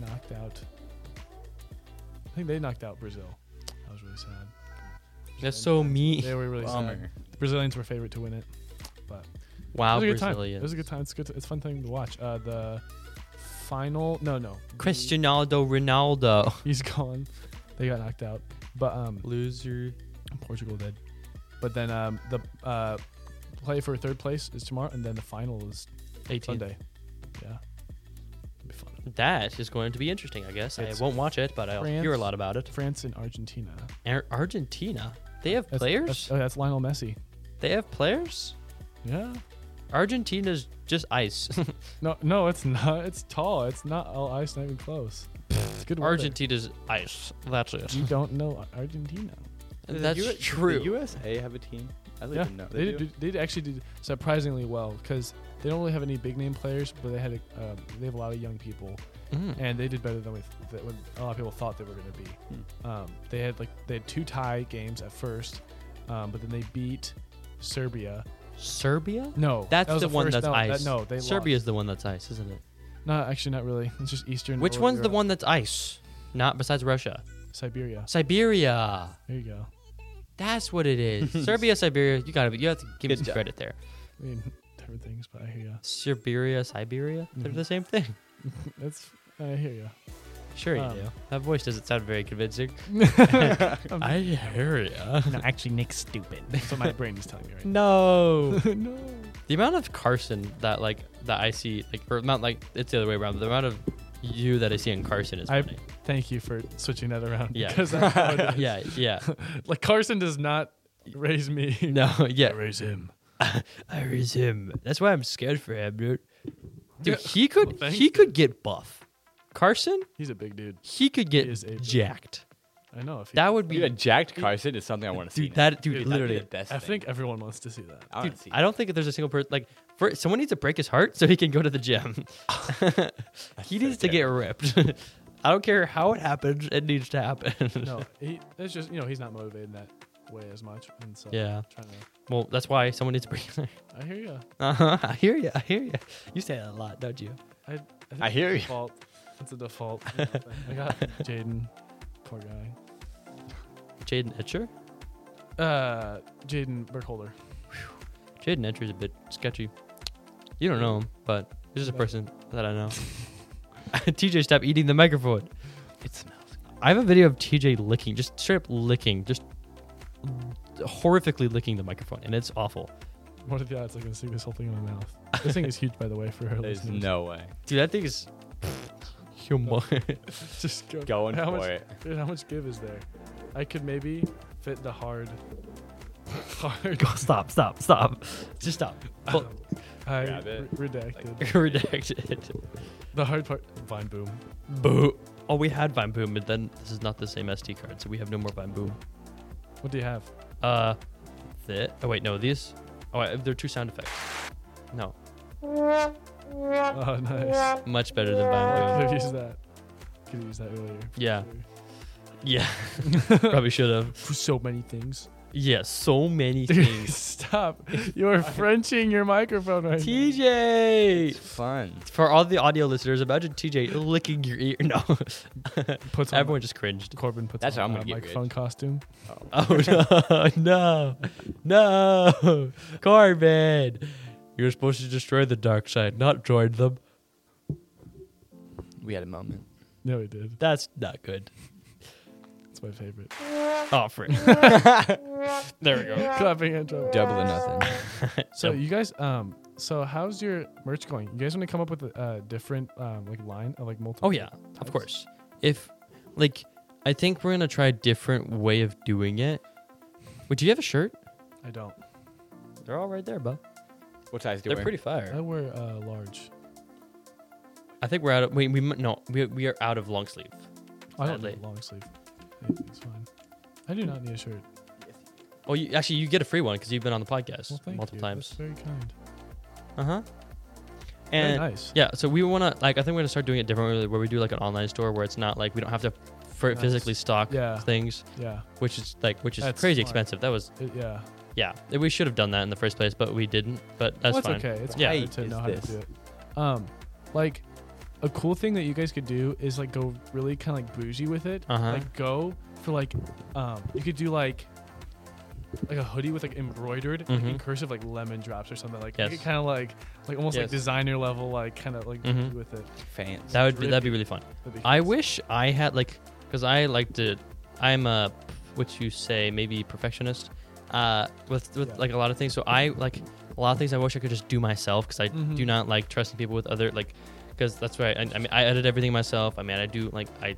B: knocked out. I think they knocked out Brazil. That was really sad.
A: That's so mean.
B: They were really sad.
C: Bummer.
B: The Brazilians were favorite to win it.
A: Wow,
B: It was a good time.
A: Brazilian.
B: It was a good time. It's good. To, it's a fun thing to watch. Uh, the final. No, no. the-
A: Cristiano Ronaldo.
B: He's gone. They got knocked out. But um,
A: Loser.
B: Portugal did. But then um, the uh, play for third place is tomorrow, and then the final is
A: 18.
B: Sunday. Yeah. It'll be fun.
A: That is going to be interesting, I guess.
B: It's
A: I won't watch it, but I'll hear a
B: France.
A: lot about it.
B: France and Argentina.
A: Ar- Argentina. They have
B: That's,
A: players?
B: That's, oh, that's Lionel Messi.
A: they have players?
B: Yeah.
A: Argentina's just ice.
B: No, no, it's not. It's tall. It's not all ice. Not even close. It's good. weather.
A: Argentina's ice. That's it.
B: You don't know Argentina.
C: Does the
A: That's
C: U- does
A: true.
C: The USA have a team. I don't
B: Yeah,
C: even know.
B: they, did, they did actually did surprisingly well because they don't really have any big name players, but they had a, um, they have a lot of young people,
A: Mm.
B: and they did better than we th- that when a lot of people thought they were going to be.
A: Hmm.
B: Um, they had like they had two tie games at first, um, but then they beat Serbia.
A: Serbia?
B: No,
A: That's
B: that was
A: the one
B: first-
A: that's
B: no, that-
A: ice.
B: no, they
A: Serbia's
B: lost.
A: the one that's ice, isn't it?
B: No, actually, not really. It's just Eastern.
A: Which
B: or
A: one's the
B: Europe.
A: one that's ice? Not besides Russia.
B: Siberia.
A: Siberia.
B: There you go.
A: That's what it is. Serbia, Siberia. You gotta be. You have to give me
C: Good
A: some
C: job.
A: credit there.
B: I mean, different things, but I hear you.
A: Siberia, Siberia. They're
B: Mhm.
A: the same thing.
B: That's I hear you.
A: Sure you
B: Um, Mm-hmm.
A: do. That voice doesn't sound very convincing.
B: Um,
A: I hear ya.
B: no, actually, Nick's stupid. That's what my brain is telling me right
A: No.
B: no.
A: the amount of Carson that like that I see like or not like it's the other way around. The amount of you that I see in Carson is
B: I
A: funny.
B: thank you for switching that around.
A: Yeah.
B: Because that's how it is.
A: yeah, yeah.
B: Like Carson does not raise me.
A: No,
B: I
A: yeah.
B: raise him.
A: I raise him. That's why I'm scared for him, dude. Dude,
B: Yeah.
A: he could
B: Well,
A: he
B: thanks.
A: could get buff. Carson,
B: He's a big dude.
A: he could get
B: He is a big-
A: jacked.
B: I know. If he,
A: That would be
C: Dude, a jacked Carson is something I want to see.
A: dude. That dude,
B: Dude, that'd be
A: literally.
C: the best
B: I
C: thing.
B: think everyone wants to see that.
C: I want
A: Dude,
C: to see.
A: I don't think that there's a single person like for, someone needs to break his heart so he can go to the gym. he needs to get ripped. I don't care how it happens; it needs to happen.
B: No, he. It's just you know he's not motivated that way as much, and so
A: Yeah.
B: Trying to,
A: Well, that's why someone needs to break his heart.
B: I hear you.
A: Uh huh. I hear you. I hear you. You say that a lot, don't you?
B: I. I, think
C: I hear
B: it's a
C: you.
B: Default. It's a default. you know, thing. I got Jaden. Poor guy.
A: Jaden Etcher.
B: Uh, Jaden Burkholder.
A: Jaden Etcher is a bit sketchy. You don't know him, but he's just a
B: No.
A: person that I know. TJ, stop eating the microphone. It smells. I have a video of TJ licking, just straight up licking, just horrifically licking the microphone, and it's awful.
B: What are the odds I can see this whole thing in my mouth? This thing is huge, by the way, for her
C: There's
B: listeners.
C: no way.
A: Dude, that thing is humongous.
B: Just go.
C: Going
B: how
C: for
B: much,
C: it.
B: Dude, how much give is there? I could maybe fit the hard. Hard.
A: Go, stop, stop, stop. Just stop. Well,
B: I
C: Grab it.
B: re- redacted.
A: redacted.
B: the hard part. Vine boom.
A: Boo. Oh, we had Vine Boom, but then this is not the same SD card, so we have no more Vine Boom.
B: What do you have?
A: Uh, th- oh wait, no, these. Oh, I, they're two sound effects. No,
B: Oh, nice.
A: much better than Vine Boom.
B: Could have used that. Could have used that earlier. for
A: Yeah.
B: sure.
A: Yeah, probably should have.
B: For so many things.
A: Yeah, so many
B: Dude,
A: things.
B: stop. You're Frenching your microphone right now.
A: TJ.
C: It's fun.
A: For all the audio listeners, imagine TJ licking your ear. No,
B: Puts on
A: everyone just cringed.
B: Corbin puts
C: That's
B: on
C: how I'm
B: a
C: gonna get
B: microphone
C: rich.
B: costume.
A: Oh no, no, no, Corbin! You're supposed to destroy the dark side, not join them.
C: We had a moment.
B: No, he did.
A: That's not good.
B: It's my favorite.
A: Oh, frick. there we go.
B: Clapping and drum.
C: Double or nothing.
B: So
A: Yep.
B: you guys, um, so how's your merch going? You guys want to come up with a uh, different, um, like line, of like multiple.
A: Oh yeah, of course. If like, I think we're gonna try a different way of doing it. Wait, do you have a shirt?
B: I don't.
A: They're all right there, bub.
C: What size do
A: They're
C: we?
A: pretty
B: I
A: fire.
B: wear uh, large.
A: I think we're out of. Wait, we m- no, we we are out of long sleeve.
B: I don't
A: Sadly.
B: need a long sleeve. Hey, It's fine. I do not need a shirt.
A: Oh, you, actually, you get a free one because you've been on the podcast
B: Well, thank
A: multiple
B: you. That's
A: times.
B: very kind.
A: Uh huh.
B: Very
A: And
B: nice.
A: Yeah, so we want to like I think we're gonna start doing it differently, where we do like an online store where it's not like we don't have to f-
B: Nice.
A: physically stock
B: Yeah.
A: things,
B: Yeah.
A: which is like which is
B: That's
A: crazy
B: smart.
A: expensive. That was
B: It- yeah.
A: yeah, we should have done that in the first place, but we didn't. But that's
B: Well, it's
A: fine.
B: okay. It's
A: Yeah.
B: yeah.
C: Hey,
B: to
C: is
B: know how
C: this-
B: to do it. Um, like a cool thing that you guys could do is like go really kind of like bougie with it.
A: Uh-huh.
B: Like go for like, um, you could do like like a hoodie with like embroidered like,
A: Mhm.
B: in cursive like lemon drops or something like
A: Yes.
B: kind of like like almost
A: Yes.
B: like designer level like kind of like
A: Mhm.
B: bougie with it.
C: Fans.
A: That would be, that'd be really fun.
B: That'd be
A: I
B: nice.
A: wish I had like because I like to. I'm a what you say maybe perfectionist uh, with with
B: Yeah.
A: like a lot of things. So I like a lot of things. I wish I could just do myself because I
B: Mhm.
A: do not like trusting people with other like because that's why I, I mean I edit everything myself. I mean I do like I.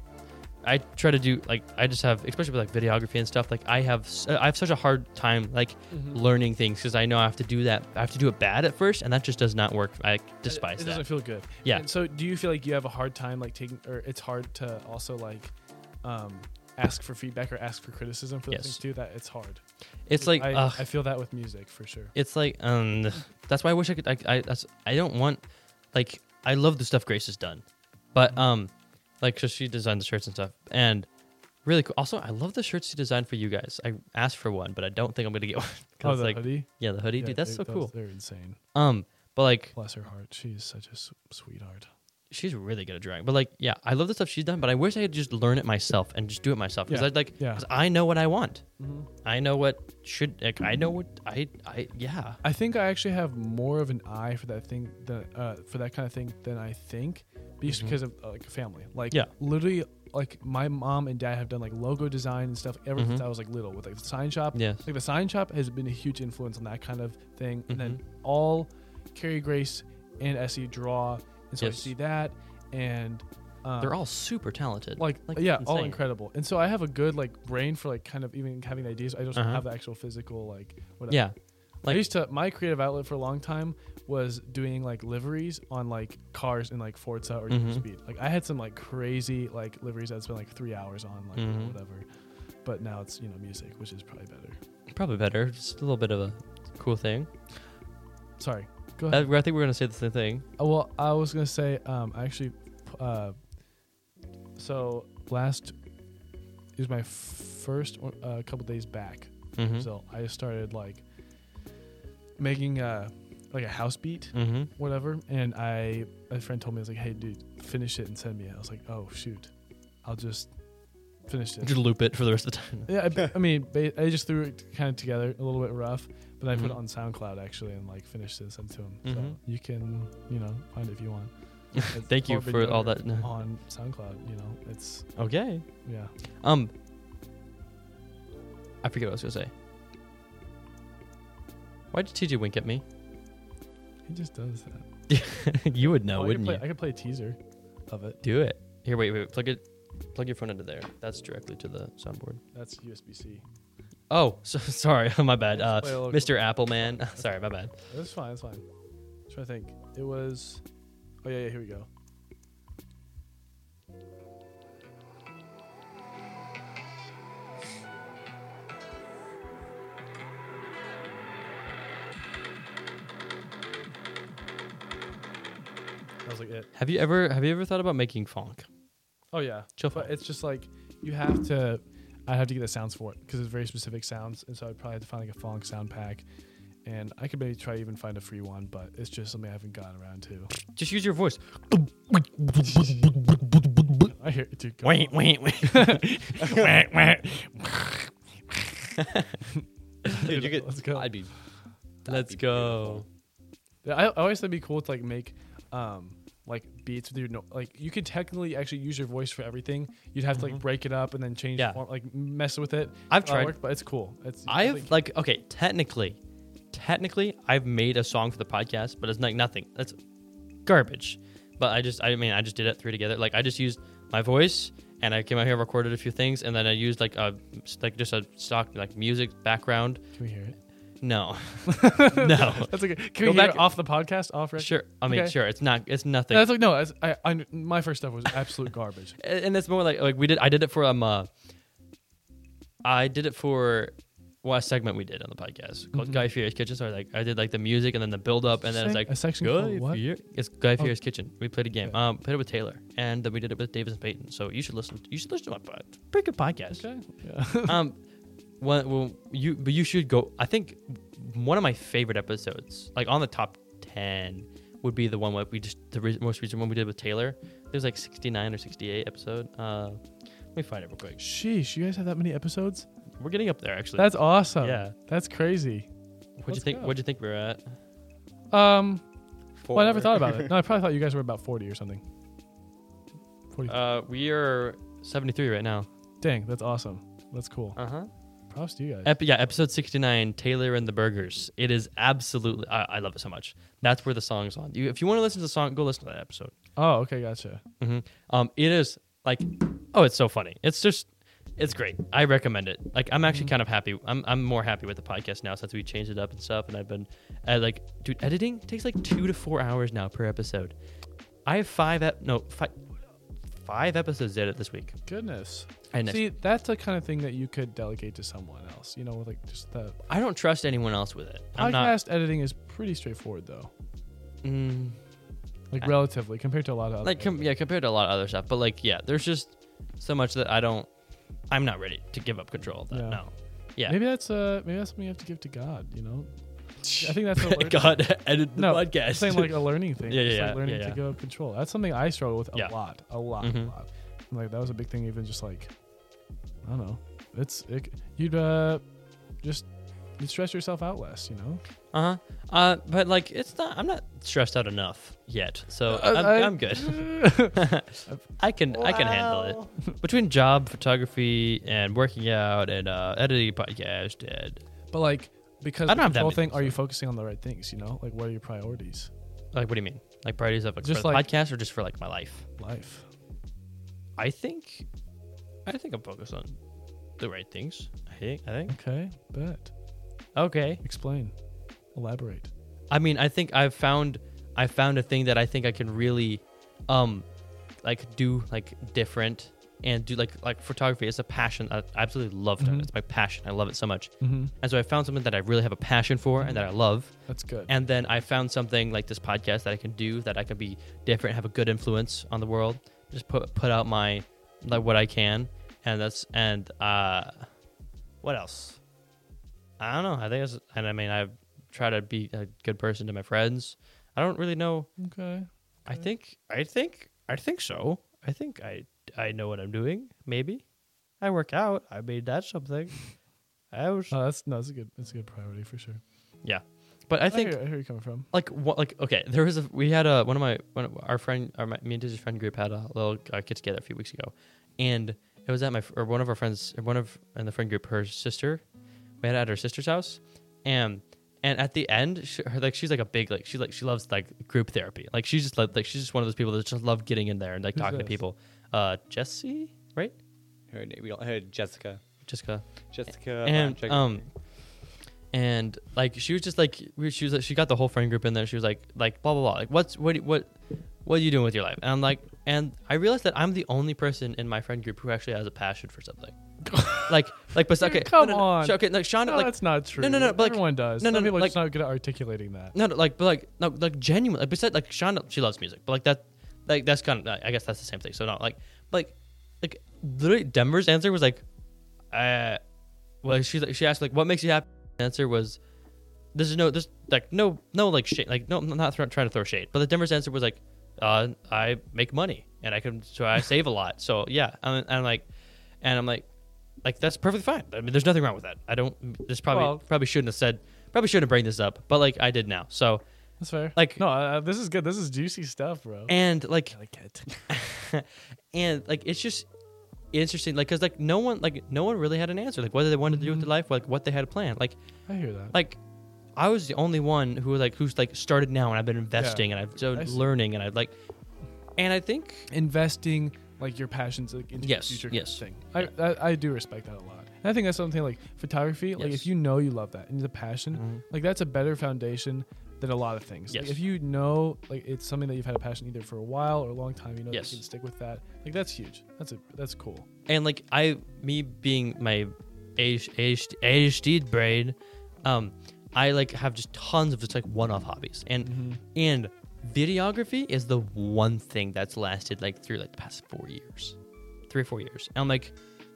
A: I try to do like I just have, especially with like videography and stuff. Like I have, s- I have such a hard time like
B: Mhm.
A: learning things because I know I have to do that. I have to do it bad at first, and that just does not work. I despise
B: it, it
A: that.
B: doesn't feel good.
A: Yeah.
B: And so do you feel like you have a hard time like taking or it's hard to also like um ask for feedback or ask for criticism for those
A: Yes.
B: things too? That it's hard.
A: it's like
B: I,
A: ugh.
B: I feel that with music for sure.
A: it's like um that's why i wish i could i i, that's, I don't want like i love the stuff grace has done but um like so she designed the shirts and stuff and really cool also i love the shirts she designed for you guys i asked for one but i don't think i'm gonna get one 'Cause
B: Oh,
A: it's
B: the
A: like
B: hoodie.
A: yeah the hoodie
B: Yeah,
A: dude that's
B: they-
A: so
B: those-
A: cool
B: They're insane.
A: um but like
B: Bless her heart. She is such a s- sweetheart.
A: she's really good at drawing. But like, yeah, I love the stuff she's done. But I wish I could just learn it myself and just do it myself because
B: Yeah.
A: I like
B: Yeah.
A: 'cause I know what I want.
B: Mhm.
A: I know what should. Like, I know what I. I yeah.
B: I think I actually have more of an eye for that thing than uh, for that kind of thing than I think, just because of uh, like family. Like
A: Mm-hmm. Yeah.
B: literally, like my mom and dad have done like logo design and stuff ever since
A: Mhm.
B: I was like little with like the sign shop.
A: Yes.
B: Like the sign shop has been a huge influence on that kind of thing. And then
A: Mm-hmm.
B: all Carrie Grace and Essie draw, and so
A: Yes.
B: I see that, and um,
A: They're all super talented.
B: like, yeah, all
A: insane.
B: incredible. And so I have a good like brain for like kind of even having ideas. I just don't
A: Uh-huh.
B: have the actual physical like whatever.
A: Yeah.
B: I
A: Like
B: used to my creative outlet for a long time was doing like liveries on like cars in like Forza or Need for
A: Mhm.
B: Speed. Like I had some like crazy like liveries that I spent like three hours on like you know,
A: Mhm.
B: whatever. But now it's you know music, which is probably better.
A: probably better. Just a little bit of a cool thing.
B: Sorry, go
A: I, I
B: ahead.
A: think we're gonna say the same thing.
B: Uh, well, I was gonna say um, I actually uh, so last it was my first one- uh, couple days back.
A: Mm-hmm.
B: So I just started like making uh like a house beat.
A: mm-hmm.
B: whatever. And I, a friend told me, I was like, hey, dude, finish it and send me it. I was like, oh, shoot. I'll just finish it.
A: Just loop it for the rest of the time.
B: yeah, I, I mean, ba- I just threw it kind of together, a little bit rough, but I put it
A: Mhm.
B: on SoundCloud actually and like finished it and sent it to him. So
A: Mhm.
B: you can, you know, find it if you want. It's
A: Thank you
B: Corbin
A: for all
B: Yoder
A: that.
B: On SoundCloud, you know, it's,
A: Okay.
B: yeah.
A: Um, I forget what I was gonna say. Why did TJ wink at me?
B: He just does that.
A: you would know,
B: Oh, I could
A: wouldn't
B: play-
A: you?
B: I could play a teaser of it.
A: Do it. Here, wait, wait. Plug it. Plug your phone into there. That's directly to the soundboard.
B: That's USB C.
A: Oh, so, sorry, my bad.
B: Let's
A: Uh,
B: play a little-
A: Mr. Appleman. sorry, my bad.
B: That's fine. That's fine. I'm trying to think. It was. Oh yeah, yeah. Here we go. That was like it.
A: Have you ever have you ever thought about making funk?
B: Oh yeah.
A: Chill
B: But
A: funk.
B: it's just like you have to. I have to get the sounds for it because it's very specific sounds, and so I'd probably have to find like a funk sound pack, and I could maybe try to even find a free one, but it's just something I haven't gotten around to.
A: Just use your voice.
B: I hear it, dude. go
A: Wait,
B: on.
A: wait, wait. Wait, wait.
C: Dude, you could,
B: Let's go.
C: I'd be. that'd
A: Let's
C: be
A: go.
B: Yeah, I, I always think it'd be cool to like make, um, like beats with your no- like you could technically actually use your voice for everything. You'd have to like break it up and then change
A: Mm-hmm. Yeah.
B: the form, like mess with it.
A: I've
B: Uh,
A: tried-
B: work, but it's cool. It's
A: I
B: like,
A: have like okay, technically, technically, I've made a song for the podcast, but it's like nothing. That's garbage. But I just, I mean, I just did it three together. Like I just used my voice, and I came out here, recorded a few things, and then I used like a like just a stock like music background.
B: Can we hear it?
A: No, no,
B: That's okay. Can
A: Go
B: we
A: back-
B: hear it off the podcast? Off record?
A: sure. I mean,
B: Okay.
A: sure. It's not. It's nothing.
B: No, That's like no. That's, I, I my first stuff was absolute garbage.
A: and it's more like like we did I did it for um uh I did it for well, a segment we did on the podcast
B: Mm-hmm.
A: called Guy Fieri's Kitchen. So I like I did like the music and then the build up and then it's
B: Say
A: like
B: a section
A: Guy
B: called what?
A: Fieri- It's Guy
B: Oh.
A: Fieri's Kitchen. We played a game.
B: Okay.
A: Um, played it with Taylor and then we did it with Davis and Peyton. So you should listen. You should listen to my pod. pretty good podcast.
B: Okay. Yeah.
A: um, well, well, you but you should go. I think one of my favorite episodes, like on the top ten, would be the one where we just the re- most recent one we did with Taylor. There's like 69 or 68 episode. Uh, let me find it real quick.
B: Sheesh, you guys have that many episodes?
A: We're getting up there actually.
B: That's awesome.
A: Yeah.
B: That's crazy.
A: What'd you
B: let's
A: think?
B: go.
A: What'd you think we were at?
B: Um,
C: Four.
B: well, I never thought about it. No, I probably thought you guys were about 40 or something. 40.
A: Uh, we are 73 right now.
B: Dang, that's awesome. That's cool.
A: Uh huh.
B: Props to you guys.
A: Ep- yeah, episode 69, Taylor and the Burgers. It is absolutely. I, I love it so much. That's where the song's on. You, if you want to listen to the song, go listen to that episode.
B: oh, okay, gotcha.
A: hmm Um, it is like, oh, it's so funny. It's just, it's great. I recommend it. Like, I'm actually kind of happy. I'm, I'm more happy with the podcast now since we changed it up and stuff. And I've been, I like, dude, editing takes like two to four hours now per episode. I have five, ep- no, five, five episodes edit this week.
B: Goodness.
A: And next,
B: See, that's the kind of thing that you could delegate to someone else. You know, with like just the
A: I don't trust anyone else with it. I'm not.
B: podcast editing is pretty straightforward though.
A: Mm,
B: Like
A: I-
B: relatively compared to a lot of other
A: like com- yeah compared to a lot of other stuff but like yeah there's just so much that i don't i'm not ready to give up control of that
B: Yeah.
A: no yeah
B: Maybe that's uh maybe that's something you have to give to God, you know? I think that's a word.
A: God edit the
B: no,
A: podcast.
B: Saying like a learning thing.
A: Yeah,
B: It's
A: yeah,
B: like
A: yeah,
B: learning
A: yeah,
B: to
A: yeah.
B: go control. That's something I struggle with a
A: Yeah.
B: lot, a lot,
A: Mhm.
B: a lot. And, like that was a big thing. Even just like, I don't know. It's it, you'd uh, just you'd stress yourself out less. You know.
A: uh-huh. Uh But like, it's not. I'm not stressed out enough yet, so I'm,
B: Uh, I-
A: I, am good. I can I can handle
C: Wow.
A: it. Between job, photography, and working out, and uh, editing a podcast, and
B: But like because
A: I
B: I
A: don't have that
B: control
A: many
B: thing, are you
A: things.
B: focusing on the right things? You know, like what are your priorities?
A: like, what do you mean? Like priorities of like,
B: Just
A: for the
B: like-
A: podcast or just for like my life?
B: Life.
A: I think, I think I'm focused on the right things. I think. I think.
B: Okay, bet.
A: Okay.
B: Explain. Elaborate.
A: I mean, I think I've found I found a thing that I think I can really um like do like different and do like like photography It's a passion. I I absolutely love it.
B: Mhm.
A: It's my passion. I love it so much.
B: Mm-hmm.
A: And so I found something that I really have a passion for and that I love.
B: That's good.
A: And then I found something like this podcast that I can do that I can be different, have a good influence on the world. Just put put out my like what I can and that's and uh what else? I don't know. I think it's, and I mean, I try to be a good person to my friends. I don't really know.
B: okay.
A: I think, I think, I think so. I think I, I know what I'm doing. Maybe I work out. I made that something. I was,
B: Oh, that's no, that's a good, that's a good priority for sure.
A: yeah. But I think
B: hear, I hear you coming from.
A: like what, like okay, there was a we had a one of my one of our friend, our my, me and his friend group had a little uh, get together a few weeks ago, and it was at my or one of our friends, or one of in the friend group, her sister, we had it at her sister's house, and and at the end, she, her like she's like a big like she like she loves like group therapy, like she's just like, like she's just one of those people that just love getting in there and like
B: Who's
A: talking to
B: this?
A: people. Uh, Jesse, right?
C: Her, na- we all heard Jessica.
A: Jessica.
C: Jessica.
A: and
C: Lanchek.
A: um and like she was just like we- she was like, she got the whole friend group in there she was like like blah blah blah like what's what do- what what are you doing with your life and i'm like and i realized that i'm the only person in my friend group who actually has a passion for something like like but okay
B: Dude, come
A: no, no, no,
B: on.
A: sh- okay like sean
B: no,
A: like
B: that's not true.
A: no, no, but like-
B: everyone does.
A: no, no,
B: Some
A: no,
B: people are just
A: like-
B: not good at articulating that.
A: no, no, like, but like, no, like, genuinely. Like, besides, like, Sean, she loves music, but like that, like, that's kind of, I guess that's the same thing. So not like, like, like, literally, Denver's answer was like, uh, well, she she asked like, what makes you happy? Answer was, there's no, there's like no, no, like shade, like no, I'm not thr- trying to throw shade, but the Denver's answer was like, uh, I make money and I can, so I save a lot. So yeah, I'm, I'm like, and I'm like, like that's perfectly fine. I mean, there's nothing wrong with that. I don't. This probably
B: Well-
A: probably shouldn't have said. Probably shouldn't bring this up, but like I did now. So
B: That's fair.
A: like-
B: no, uh, this is good. This is juicy stuff, bro.
A: and like
B: I like it.
A: and like it's just interesting like because like no one like no one really had an answer like whether they wanted to do with their life like what they had planned like
B: I hear that.
A: like i was the only one who like who's like started now and i've been investing and i've
B: I
A: been
B: see.
A: learning and i've like and i think
B: investing like your passions like, into
A: Yes,
B: your future
A: yes.
B: thing. I, I I do respect that a lot. And I think that's something like photography. Like
A: Yes. Mm-hmm.
B: if you know you love that and the passion, like that's a better foundation than a lot of things. Like,
A: Yes.
B: if you know like it's something that you've had a passion either for a while or a long time, you know
A: Yes.
B: you can stick with that. Like that's huge. That's a that's cool.
A: and like I, me being my ADHD ADHD brain, um, I like have just tons of just like one-off hobbies, and and videography is the one thing that's lasted like through like the past four years, three or four years. And I'm like,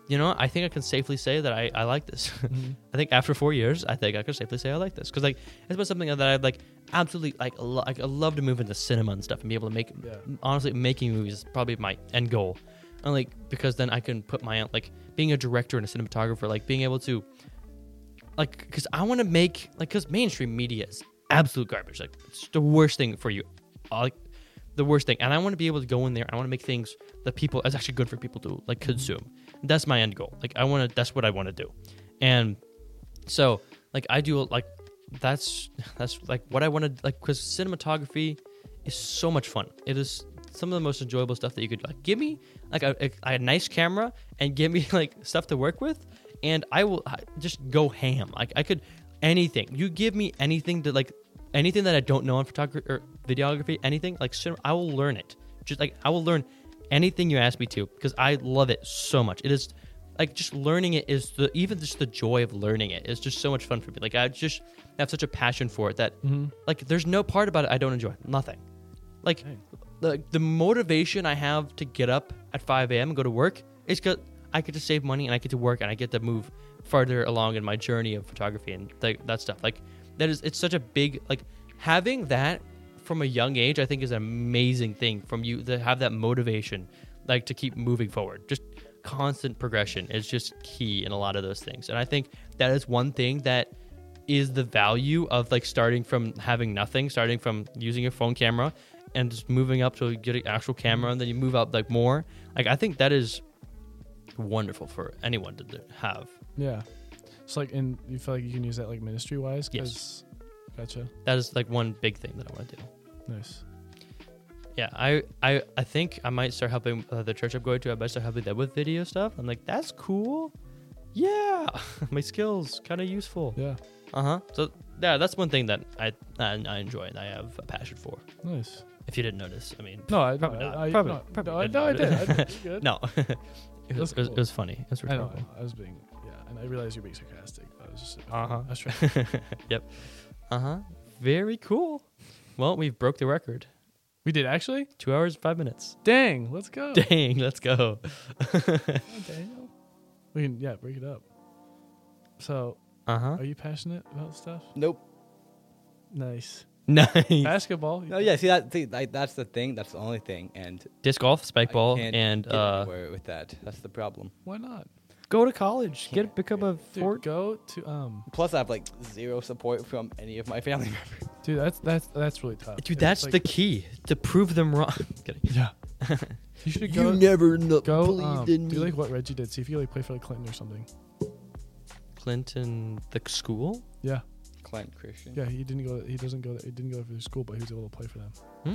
A: you know, I think I can safely say that I I like this. I think after four years, I think I can safely say I like this because like it's been something that I've like absolutely like lo- like I love to move into cinema and stuff and be able to make
B: Yeah.
A: honestly making movies is probably my end goal and like because then i can put my own like being a director and a cinematographer like being able to like because i want to make like because mainstream media is absolute garbage like it's the worst thing for you Uh, like the worst thing and i want to be able to go in there i want to make things that people it's actually good for people to like consume that's my end goal like i want to that's what i want to do and so like i do like that's that's like what i wanted like because cinematography is so much fun it is some of the most enjoyable stuff that you could like give me like a, a, a nice camera and give me like stuff to work with and i will I- just go ham like i could anything you give me anything to like anything that i don't know on photography or videography anything like cin- i will learn it just like i will learn anything you ask me to because i love it so much it is like just learning it is the even just the joy of learning it is just so much fun for me. Like I just have such a passion for it that like there's no part about it I don't enjoy. Nothing. Like the, the motivation I have to get up at 5 a.m. and go to work is because I get to save money and I get to work and I get to move farther along in my journey of photography and like that stuff. Like that is it's such a big like having that from a young age i think is an amazing thing from you to have that motivation like to keep moving forward just constant progression is just key in a lot of those things and i think that is one thing that is the value of like starting from having nothing starting from using a phone camera and just moving up to get an actual camera and then you move up like more like i think that is wonderful for anyone to do- have
B: Yeah. It's like, and you feel like you can use that like ministry wise?
A: Yes.
B: Gotcha.
A: that is like one big thing that i want to do
B: Nice.
A: Yeah, I, I, I think I might start helping uh, the church I'm going to. I might start helping them with video stuff. I'm like, that's cool. Yeah, my skills kind of useful.
B: Yeah.
A: Uh huh. So yeah, that's one thing that I, I I enjoy and I have a passion for.
B: Nice.
A: If you didn't notice, I mean,
B: No, I
A: Probably
B: no,
A: not.
B: I, I,
A: Probably-
B: no,
A: probably
B: no, I-
A: not.
B: no, I did. I did. You good?
A: no, it, was,
B: That's
A: it, was,
B: cool.
A: it was funny. It was
B: I know.
A: rhetorical.
B: I was being. Yeah, and I realized you're being sarcastic. I was just.
A: Uh-huh.
B: I was trying-
A: yep. Uh huh. Very cool. Well, we've broke the record.
B: we did actually.
A: Two hours five minutes.
B: Dang. Let's go.
A: Dang, let's go.
B: Daniel. We can yeah break it up. So,
A: Uh huh.
B: are you passionate about stuff?
C: Nope.
B: Nice.
A: Nice.
B: Basketball.
A: Oh,
C: No, yeah. See that? See, like, that's the thing. That's the only thing. And
A: Disc golf, spike
C: I
A: ball,
C: can't
A: and
C: get
A: uh,
C: anywhere with that. That's the problem.
B: Why not?
A: go to college. Get
C: Can't.
A: become a
B: Dude,
A: four.
B: go to um.
C: Plus, I have like zero support from any of my family members.
B: Dude, that's that's that's really tough.
A: Dude,
B: It's
A: that's
B: like-
A: the key to prove them wrong. Kidding.
B: Yeah. you should go.
D: You never know.
B: go.
D: believed
B: Um, do
D: in me.
B: like what Reggie did. See if you like play for like Clinton or something.
A: Clinton, the school.
B: Yeah.
C: Clint Christian.
B: Yeah. He didn't go. He doesn't go. He didn't go for the school, but he was able to play for them.
A: Hmm.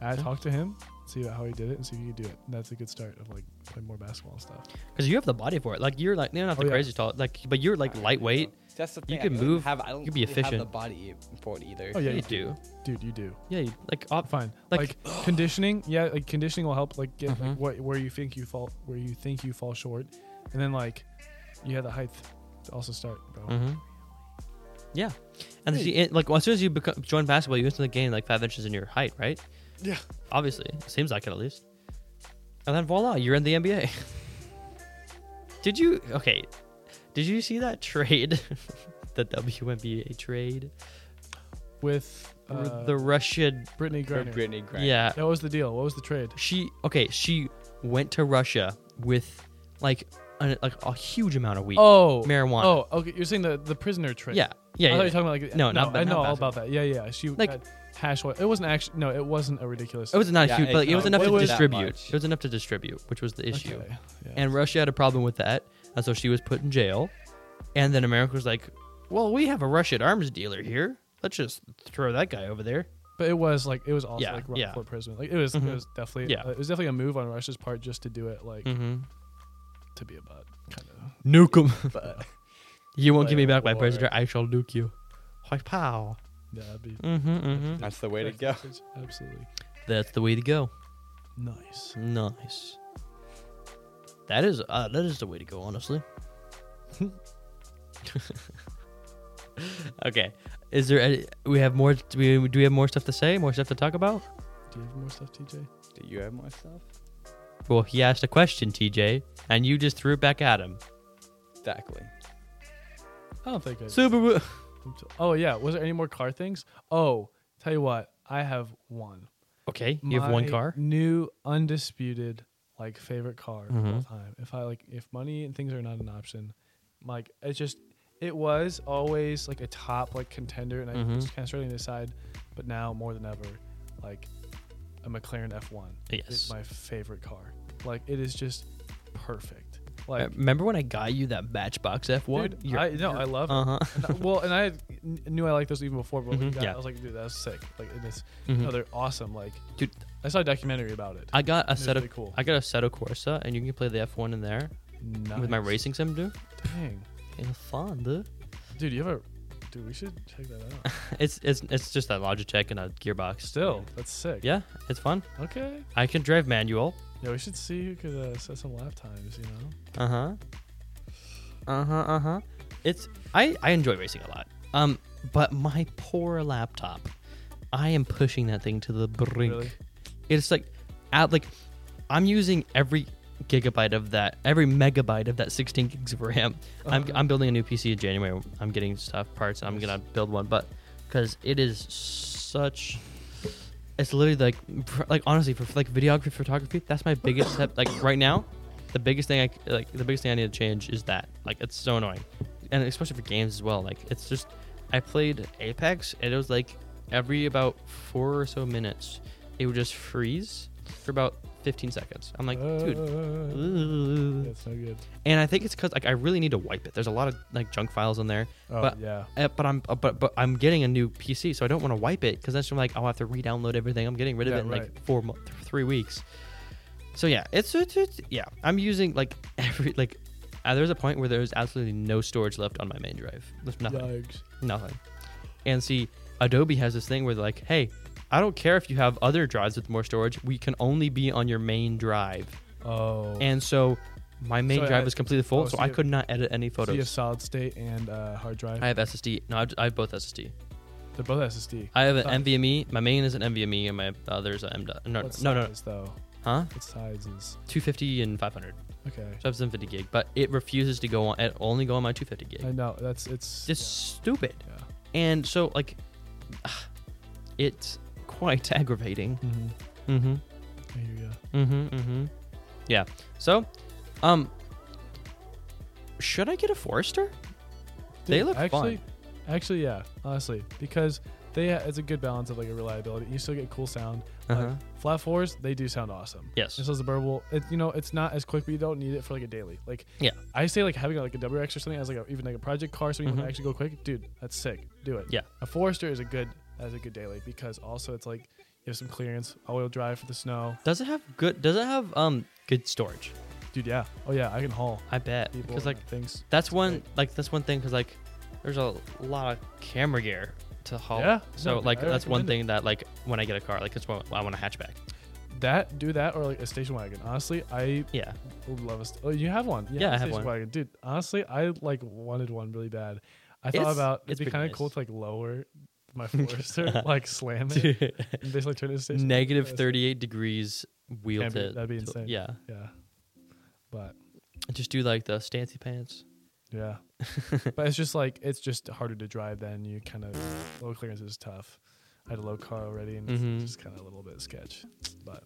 B: I
A: Hmm.
B: talked to him, see how he did it, and see if you could do it. And that's a good start of like play more basketball and stuff.
A: Because you have the body for it. Like you're like you're not
B: Oh,
A: the
B: yeah.
A: crazy tall. Like but you're like lightweight.
C: That's the
A: You
C: thing.
A: can
C: I don't
A: move,
C: Have, I don't
A: you can be
C: really have the
A: efficient.
C: body for it either.
B: Oh yeah,
A: you
B: you
A: do.
B: dude, you do.
A: Yeah, you, like op-
B: Fine. Like,
A: Like-
B: conditioning, yeah, like conditioning will help like get like
A: Mhm.
B: what where you think you fall where you think you fall short, and then like you have the height to also start, bro.
A: hmm Yeah, and see, it, like well, as soon as you become, join basketball, you instantly gain like five inches in your height, right?
B: Yeah.
A: Obviously, it seems like it at least. And then voila, you're in the NBA. Did you okay? Did you see that trade? the WNBA trade
B: With uh,
A: the Russian.
B: Brittany
C: For
B: Griner.
C: Brittany Griner.
A: Yeah,
B: That was the deal. What was the trade?
A: she okay. She went to Russia with like an, like a huge amount of weed.
B: Oh,
A: marijuana.
B: Oh, okay. You're saying the the prisoner trade.
A: yeah, yeah.
B: I
A: yeah,
B: thought you
A: yeah.
B: were talking about like
A: No,
B: no,
A: not-
B: I
A: not
B: know all
A: basketball.
B: about that. Yeah, yeah. She
A: Like-
B: had hash oil. It wasn't actually no, it wasn't a ridiculous.
A: It was not
C: Yeah,
A: huge,
C: it-
A: but like, it was
C: no,
A: enough
C: it
A: to
C: wasn't that
A: distribute.
C: much.
A: It was enough to distribute, which was the issue.
B: Okay, yeah.
A: And Russia had a problem with that, and so she was put in jail. And then America was like, "Well, we have a Russian arms dealer here. Let's just throw that guy over there."
B: But it was like it was also
A: Yeah,
B: like run
A: yeah.
B: for prison. Like it was it
A: Mhm.
B: was definitely
A: Yeah.
B: uh, it was definitely a move on Russia's part just to do it like
A: Mm-hmm.
B: to be a butt kind of.
A: Nuke him. you won't give me
B: Play
A: back my
B: war.
A: prisoner. I shall nuke you. Like pow.
B: Yeah, that'd be
A: Mm-hmm, mm-hmm.
C: That's the way to go.
B: Absolutely
A: That's the way to go.
B: nice.
A: Nice. That is uh, that is the way to go, honestly. okay, is there any, we have more? Do we, do we have more stuff to say? More stuff to talk about?
B: Do you have more stuff, TJ?
C: Do you have more stuff?
A: Well, he asked a question, TJ, and you just threw it back at him.
C: Exactly.
B: I don't think I.
A: Super.
B: oh yeah, was there any more car things? Oh, tell you what, I have one.
A: Okay, you have one
B: My
A: car.
B: New undisputed like favorite car of all
A: Mhm.
B: time. If I like if money and things are not an option, like it's just it was always like a top like contender and I
A: Mhm.
B: was kind of struggling to decide, but now more than ever, like a McLaren F1
A: Yes.
B: is my favorite car. Like it is just perfect. Like
A: Remember when I got you that Matchbox F one?
B: dude, I Oh, no, I love it.
A: Uh huh.
B: And I- well, and I had- kn- knew I liked those even before, but when we
A: Mhm,
B: got,
A: yeah.
B: I was like, dude, that's sick. Like, it is,
A: Mhm.
B: no, they're awesome. Like,
A: Dude,
B: I saw a documentary about it.
A: I got a
B: It's
A: set of
B: really cool.
A: I got a set of Corsa, and you can play the F one in there with my
B: Nice.
A: racing sim, dude.
B: Dang,
A: It's fun, dude.
B: dude, you have a, dude, we should check that out.
A: It's it's it's just a Logitech and a gearbox.
B: Still, that's sick.
A: Yeah, it's fun.
B: Okay.
A: I can drive manual.
B: Yeah, we should see who could uh, set some lap times. You know.
A: Uh
B: Uh-huh.
A: huh. Uh huh. Uh huh. It's I I enjoy racing a lot. Um, but my poor laptop, I am pushing that thing to the brink.
B: Really?
A: It's like, at like, I'm using every gigabyte of that, every megabyte of that 16 gigs of RAM. I'm,
B: Uh-huh.
A: I'm building a new PC in January. I'm getting stuff, parts. I'm
B: Nice.
A: gonna build one, but because it is such, it's literally like, pr- like honestly, for like videography, photography, that's my biggest step. Like right now, the biggest thing I c- like, the biggest thing I need to change is that. Like it's so annoying, and especially for games as well. Like it's just, I played Apex, and it was like every about four or so minutes, it would just freeze for about 15 seconds. I'm like,
B: Uh,
A: dude. ooh.
B: That's not good.
A: And I think it's because like I really need to wipe it. There's a lot of like junk files in there,
B: Oh,
A: but
B: yeah.
A: uh, but I'm uh, but but I'm getting a new PC, so I don't want to wipe it because then I'm like I'll have to re-download everything. I'm getting rid of
B: Yeah,
A: it in
B: right.
A: like four mo- th- three weeks. So yeah, it's, it's it's yeah. I'm using like every like uh, there's a point where there's absolutely no storage left on my main drive. There's nothing,
B: Yikes.
A: nothing. And see, Adobe has this thing where they're like, hey, I don't care if you have other drives with more storage. We can only be on your main drive.
B: Oh.
A: And so my main
B: So
A: drive
B: I-
A: was completely full,
B: oh,
A: so
B: so
A: I
B: you-
A: could not edit any
B: So you have
A: photos.
B: solid state and uh, hard drive.
A: I have SSD. No, I have- I have both SSD.
B: They're both SSD.
A: I have an
B: Nice.
A: NVMe. E. My main is an NVMe, E and my other's an M. dot- No,
B: What
A: no, no, no,
B: size, though?
A: huh?
B: What size is?
A: 250 and 500.
B: Okay.
A: So I have 750 gig, but it refuses to go on. It only go on my 250
B: I
A: gig.
B: know that's it's.
A: It's stupid,
B: Yeah.
A: and so like, it's quite aggravating.
B: yeah. hmm
A: Mm-hmm.
B: There you go.
A: Mm-hmm. Mm-hmm. Yeah. So, um, should I get a Forester? They
B: Dude,
A: look
B: actually,
A: fun.
B: Actually, yeah. Honestly, because they it's a good balance of like a reliability. You still get cool sound.
A: Uh-huh.
B: Like, flat fours, they do sound awesome.
A: Yes.
B: Just as a burble, it, you know, it's not as quick, but you don't need it for like a daily. Like,
A: Yeah.
B: I say like having like a WX or something as like a, even like a project car, so you
A: Mhm.
B: can actually go quick. Dude, that's sick. Do it.
A: Yeah.
B: A Forester is a good as a good daily because also it's like you have some clearance, all-wheel drive for the snow.
A: Does it have good? Does it have um good storage?
B: Dude, yeah. Oh yeah, I can haul
A: I bet
B: people
A: because like
B: and things.
A: that's one
B: big.
A: like that's one thing because like there's a lot of camera gear to haul.
B: Yeah,
A: So
B: no,
A: like
B: I
A: that's one
B: recommend it.
A: thing that like when I get a car like it's one, I want a hatchback.
B: That do that or like a station wagon. Honestly, I
A: Yeah.
B: would love a. St- oh, you have one.
A: Yeah, I have
B: station
A: one.
B: wagon. Dude, honestly, I like wanted one really bad. I thought
A: It's-
B: about
A: it's
B: it'd be
A: pretty
B: kind of
A: nice.
B: cool to like lower my Forester, like slam it, and basically turn it into a station.
A: Negative
B: wagon.
A: 38 degrees wheel
B: Can't be-
A: to
B: that'd be
A: to-
B: insane.
A: Yeah.
B: Yeah, but
A: Just do like the stancy pants.
B: yeah, but it's just like it's just harder to drive. Then you kind of low clearance is tough. I had a low car already, and
A: Mhm.
B: it's just kind of a little bit sketch. But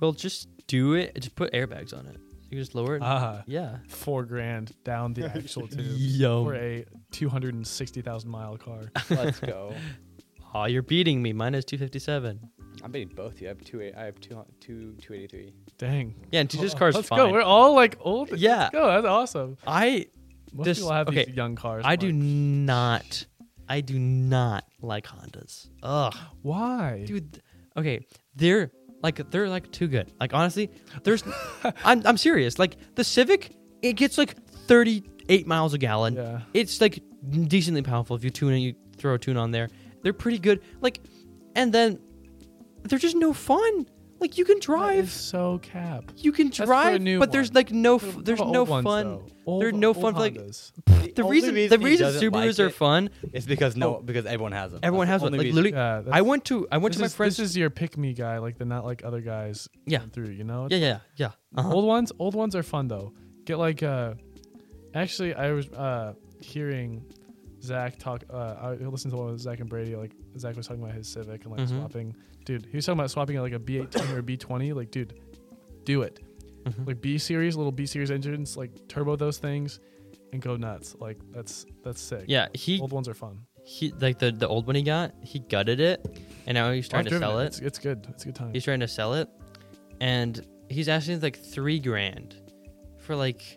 A: Well, just do it. Just put airbags on it. You just lower it.
B: ah,
A: yeah.
B: four grand down the actual tube for
A: Yo.
B: a two hundred and sixty thousand mile car.
C: Let's go.
A: Aw, you're beating me. Mine is 257.
C: I'm beating both of you. I have two. eight- I have two. Two. Two eighty three.
B: Dang.
A: Yeah, and this car's
B: Oh, Let's
A: fine.
B: go. We're all like old.
A: Yeah.
B: Let's go. That's awesome.
A: I
B: Most
A: This-
B: people have
A: okay,
B: these young cars.
A: I
B: I'm
A: do
B: like,
A: not. I do not like Hondas. Ugh.
B: Why?
A: dude. th- Okay, they're like they're like too good. Like honestly, there's. I'm I'm serious. Like the Civic, it gets like 38 miles a gallon.
B: Yeah.
A: It's like decently powerful if you tune it. You throw a tune on there. They're pretty good. Like, and then they're just no fun. Like you can
B: That is
A: drive.
B: so cap.
A: You can
B: for a
A: drive,
B: new
A: but there's
B: one.
A: like no, f-
B: What about
A: there's
B: old
A: no
B: ones,
A: fun.
B: though? Old-
A: There's no
B: old
A: fun for like
B: Hondas.
A: the,
C: only
A: reason,
C: reason
A: the
C: he
A: reason
C: doesn't like
A: Subarus are
C: it-
A: fun. Oh.
C: It's because no. Because everyone has them.
A: Everyone
C: That's
A: has
C: the
A: one. Like
C: only
A: literally,
B: Yeah, that's-
A: I went to I went
B: this,
A: to my
B: is,
A: friend's.
B: this is your pick me guy, like the not like other guys.
A: Yeah.
B: come through. You know.
A: yeah, yeah, yeah. Uh-huh.
B: Old ones. Old ones are fun though. Get like. uh Actually, I was uh hearing Zach talk. Uh, I listened to one with Zach and Brady. Like Zach was talking about his Civic and like
A: Mhm.
B: swapping. Dude, he was talking about swapping like a B18 or a B20. Like, dude, do it.
A: Mhm.
B: Like B series, little B series engines, like turbo those things, and go nuts. Like that's that's sick.
A: Yeah, he
B: Old ones are fun.
A: he like the the old one he got, he gutted it, and now he's trying
B: I've
A: to
B: driven
A: sell
B: it.
A: it.
B: It's, it's Oh, good. It's a good time.
A: He's trying to sell it, and he's asking like three grand for like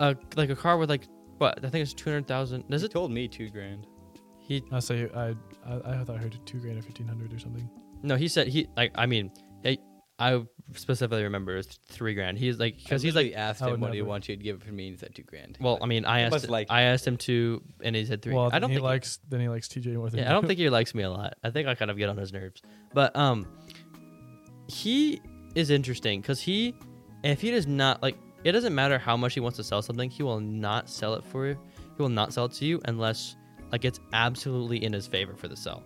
A: a like a car with like what I think it's two hundred thousand. Does
C: He
A: it?
C: told me two grand.
A: He
B: I say I, I I thought I heard two grand or fifteen hundred or something.
A: no, he said he like I mean, I, I specifically remember it's three grand. He's like
C: I
A: because he's
C: literally
A: like oh,
C: asked
B: I
C: him
B: would
C: what do you
B: never-
C: want you to give it for me, and he said two grand.
A: well I mean I
C: He
A: asked
C: must like-
A: I asked him to and he said three.
B: Well,
A: I
B: then
A: don't
B: he
A: think
B: likes then he likes TJ more than
A: Yeah, I don't think he likes me a lot. I think I kind of get on his nerves. But um he is interesting cuz he if he does not like it doesn't matter how much he wants to sell something, he will not sell it for you. He will not sell it to you unless like it's absolutely in his favor for the sell.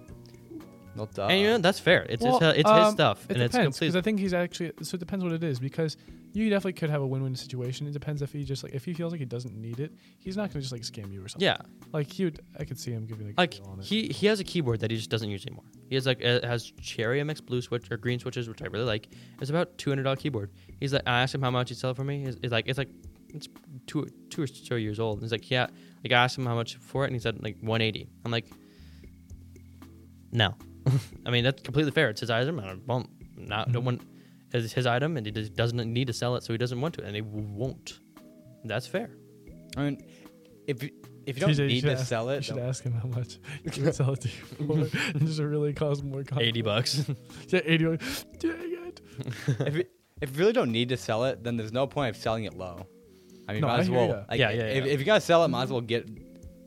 C: No doubt.
A: and you know that's fair. It's
B: Uh, Well,
A: it's, his- it's his
B: um,
A: stuff,
B: It
A: and it's
B: depends because
A: complete.
B: I think he's actually. So it depends what it is because you definitely could have a win-win situation. It depends if he just like if he feels like he doesn't need it, he's not gonna just like scam you or something.
A: Yeah,
B: like he would. I could see him giving like, a
A: like
B: deal on it.
A: he he has a keyboard that he just doesn't use anymore. He has like it has cherry MX blue switch or green switches, which I really like. It's about two hundred dollar keyboard. He's like, I asked him how much he'd sell it for me. He's, it's like it's like it's two two or so years old. And he's like, yeah. Like I asked him how much for it, and he said like one eighty. I'm like, no. I mean that's completely fair. It's his item. I don't want not
B: Mm-hmm.
A: don't want it's his item, and he just doesn't need to sell it, so he doesn't want to, and he won't. That's fair.
C: I mean, if you- if you don't
B: TJ,
C: need
B: should
C: to
B: ask-
C: sell
B: You
C: it,
B: should
C: don't-
B: ask him how much he would sell it to you for. and just really cause more conflict.
A: Eighty bucks.
B: Yeah, eighty. Dang it.
C: if you, if you really don't need to sell it, then there's no point of selling it low. I mean,
B: No,
C: might
B: I
C: as
B: hear
C: well.
B: ya.
C: like,
A: Yeah, yeah,
C: If,
A: yeah.
C: if you gotta sell it, might as well get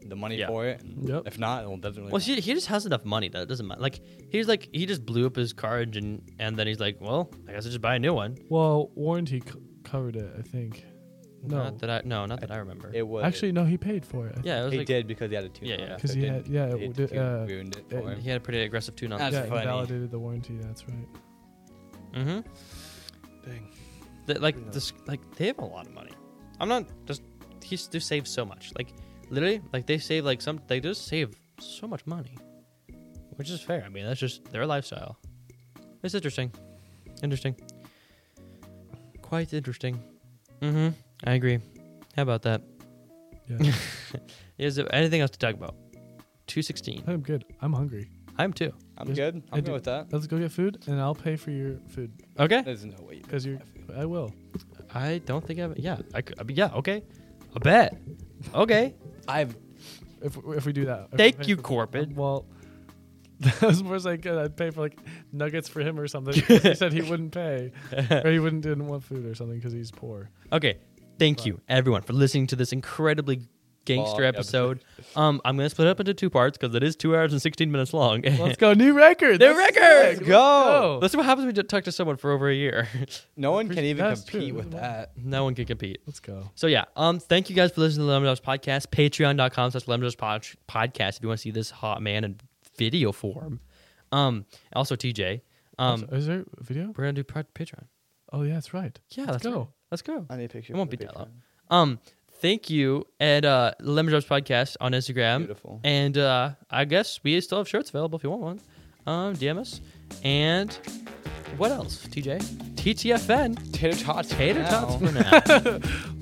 C: the money
A: Yeah.
C: for it. and
B: Yep.
C: If not, well, it doesn't really.
A: Well, he, he just has enough money that it doesn't matter. Like he's like he just blew up his car engine, and then he's like, "Well, I guess I just buy a new one."
B: Well, warranty c- covered it, I think. No,
A: not that I no, not that I, remember.
C: it was
B: actually, no. He paid for it. I
A: yeah, it was
C: he
A: like,
C: did because he had a tune.
A: Yeah, yeah.
B: Because he had- yeah, it
C: it
B: did, uh,
C: ruined it
B: it-
C: for him.
A: He had a pretty aggressive tune on.
C: That's
B: yeah, it
C: funny.
B: validated the warranty. That's right.
A: Mm-hmm.
B: Dang.
A: Th- like this, like they have a lot of money. I'm not just he s- they save so much. Like literally, like they save like some they just save so much money, which is fair. I mean, that's just their lifestyle. It's interesting, interesting, quite interesting. Mm-hmm. I agree. How about that?
B: Yeah,
A: Is there anything else to talk about? 216.
B: I'm good. I'm hungry.
A: I'm too.
C: I'm
B: There's-
C: good.
B: I
C: I'm
B: did-
C: good with that.
B: Let's go get food, and I'll pay for your food
A: Okay.
C: There's no way. You
B: because you're. I will.
A: I don't think I've. Yeah. I could. I mean, yeah. Okay. I bet. Okay.
C: I've
B: If if we do that. If we
A: Thank
B: pay
A: you,
B: for-
A: Corbin.
B: Well. That was more like uh, I'd pay for like nuggets for him or something. he said he wouldn't pay, or he wouldn't didn't want food or something because he's poor.
A: Okay. Thank you, everyone, for listening to this incredibly gangster
C: Long
A: episode. Um, I'm gonna split it up into two parts because it is two hours and 16 minutes long.
B: Let's go new record.
A: New
B: That's
A: record.
B: sick. Let's
C: Go.
A: Let's see what happens when you talk to someone for over a year.
C: no one can
B: appreciate-
C: even
B: that's
C: compete
B: true.
C: with
B: Wow.
C: that.
A: no one can compete.
B: Let's go.
A: So yeah, um, thank you guys for listening to the Lemon Drops podcast. Patreon.com slash Lemon Drops pod- podcast if you want to see this hot man in video form. Um, also TJ, um,
B: is there a video?
A: we're gonna do pro- Patreon.
B: Oh yeah, that's right.
A: Yeah,
B: Let's
A: let's go.
B: go.
A: Let's go.
C: I need a picture.
A: It won't be that long. Um, thank you at uh, Lemon Drops podcast on Instagram.
C: Beautiful.
A: And uh, I guess we still have shirts available if you want one. Um, DM us. And what else? TJ, TTFN,
C: Tater tots. for
A: tater tots
C: now.
A: for now.